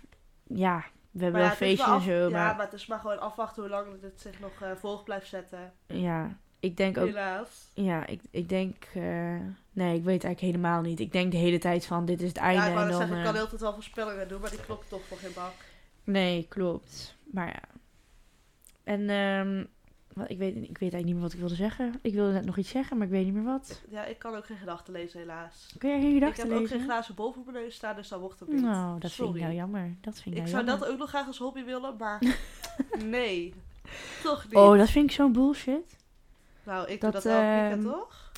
Speaker 3: ja, we hebben
Speaker 2: ja,
Speaker 3: wel
Speaker 2: het is
Speaker 3: feestjes
Speaker 2: maar
Speaker 3: en
Speaker 2: af-
Speaker 3: zo,
Speaker 2: Ja,
Speaker 3: maar
Speaker 2: maar het is maar gewoon afwachten hoe lang het zich nog eh volg blijft zetten.
Speaker 3: ja, ik denk ook,
Speaker 2: Helaas.
Speaker 3: ja, ik, ik denk, eh, nee, ik weet eigenlijk helemaal niet. Ik denk de hele tijd van dit is het einde
Speaker 2: ja, ik wou
Speaker 3: en
Speaker 2: net
Speaker 3: dan.
Speaker 2: zeggen, ik
Speaker 3: eh,
Speaker 2: kan heel tijd wel voorspellingen doen, maar die klopt toch voor geen bak.
Speaker 3: Nee, klopt. Maar ja. En ehm, wat, ik, weet, ik weet eigenlijk niet meer wat ik wilde zeggen. Ik wilde net nog iets zeggen, maar ik weet niet meer wat.
Speaker 2: Ja, ik kan ook geen gedachten lezen, helaas.
Speaker 3: Kun jij geen
Speaker 2: Ik
Speaker 3: gedachten
Speaker 2: heb ook
Speaker 3: lezen?
Speaker 2: geen glazen bol voor mijn neus staan, dus dat wordt het niet.
Speaker 3: Nou, dat vind
Speaker 2: Sorry.
Speaker 3: ik nou jammer. Dat vind ik,
Speaker 2: Ik
Speaker 3: nou
Speaker 2: zou dat
Speaker 3: jammer.
Speaker 2: ook nog graag als hobby willen,
Speaker 3: (laughs)
Speaker 2: maar nee. Toch niet.
Speaker 3: Oh, dat vind ik zo'n bullshit.
Speaker 2: nou, ik
Speaker 3: dat,
Speaker 2: doe dat elk weekend,
Speaker 3: ehm, (laughs)
Speaker 2: toch?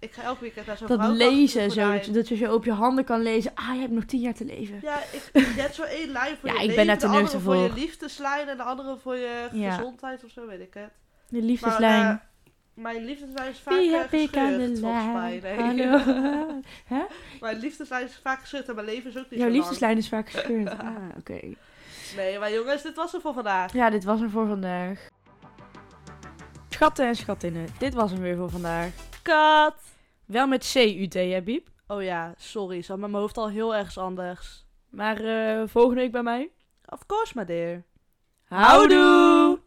Speaker 2: ik ga elk weekend naar zo'n
Speaker 3: Dat
Speaker 2: vrouw
Speaker 3: lezen en zo. Dat, je- dat je zo op je handen kan lezen. Ah, je hebt nog tien jaar te leven.
Speaker 2: Ja,
Speaker 3: (laughs)
Speaker 2: ik, je hebt zo één lijn voor
Speaker 3: Ja,
Speaker 2: je
Speaker 3: ik ben
Speaker 2: leven,
Speaker 3: daar te
Speaker 2: de andere
Speaker 3: nuchter
Speaker 2: voor je
Speaker 3: voor.
Speaker 2: liefdeslijn en de andere voor je
Speaker 3: Ja.
Speaker 2: gezondheid of zo, weet ik het.
Speaker 3: De
Speaker 2: Maar,
Speaker 3: liefdeslijn.
Speaker 2: eh, mijn liefdeslijn is vaak
Speaker 3: Wie
Speaker 2: eh,
Speaker 3: heb ik aan de
Speaker 2: gescheurd, volgens mij.
Speaker 3: lijn?
Speaker 2: Nee.
Speaker 3: Hallo.
Speaker 2: (laughs)
Speaker 3: (laughs)
Speaker 2: mijn liefdeslijn is vaak gescheurd en mijn leven is ook niet
Speaker 3: Jouw
Speaker 2: zo
Speaker 3: liefdeslijn is vaak gescheurd. Ah, oké.
Speaker 2: lang. Nee, maar jongens, dit was het voor vandaag.
Speaker 3: Ja, dit was hem voor vandaag. Schatten en schattinnen, dit was hem weer voor vandaag.
Speaker 2: Kat!
Speaker 3: Wel met C-U-T, hè, Biep?
Speaker 2: Oh ja, sorry, zat met mijn hoofd al heel ergens anders.
Speaker 3: Maar eh, volgende week bij mij.
Speaker 2: Of course, my dear.
Speaker 3: Houdoe!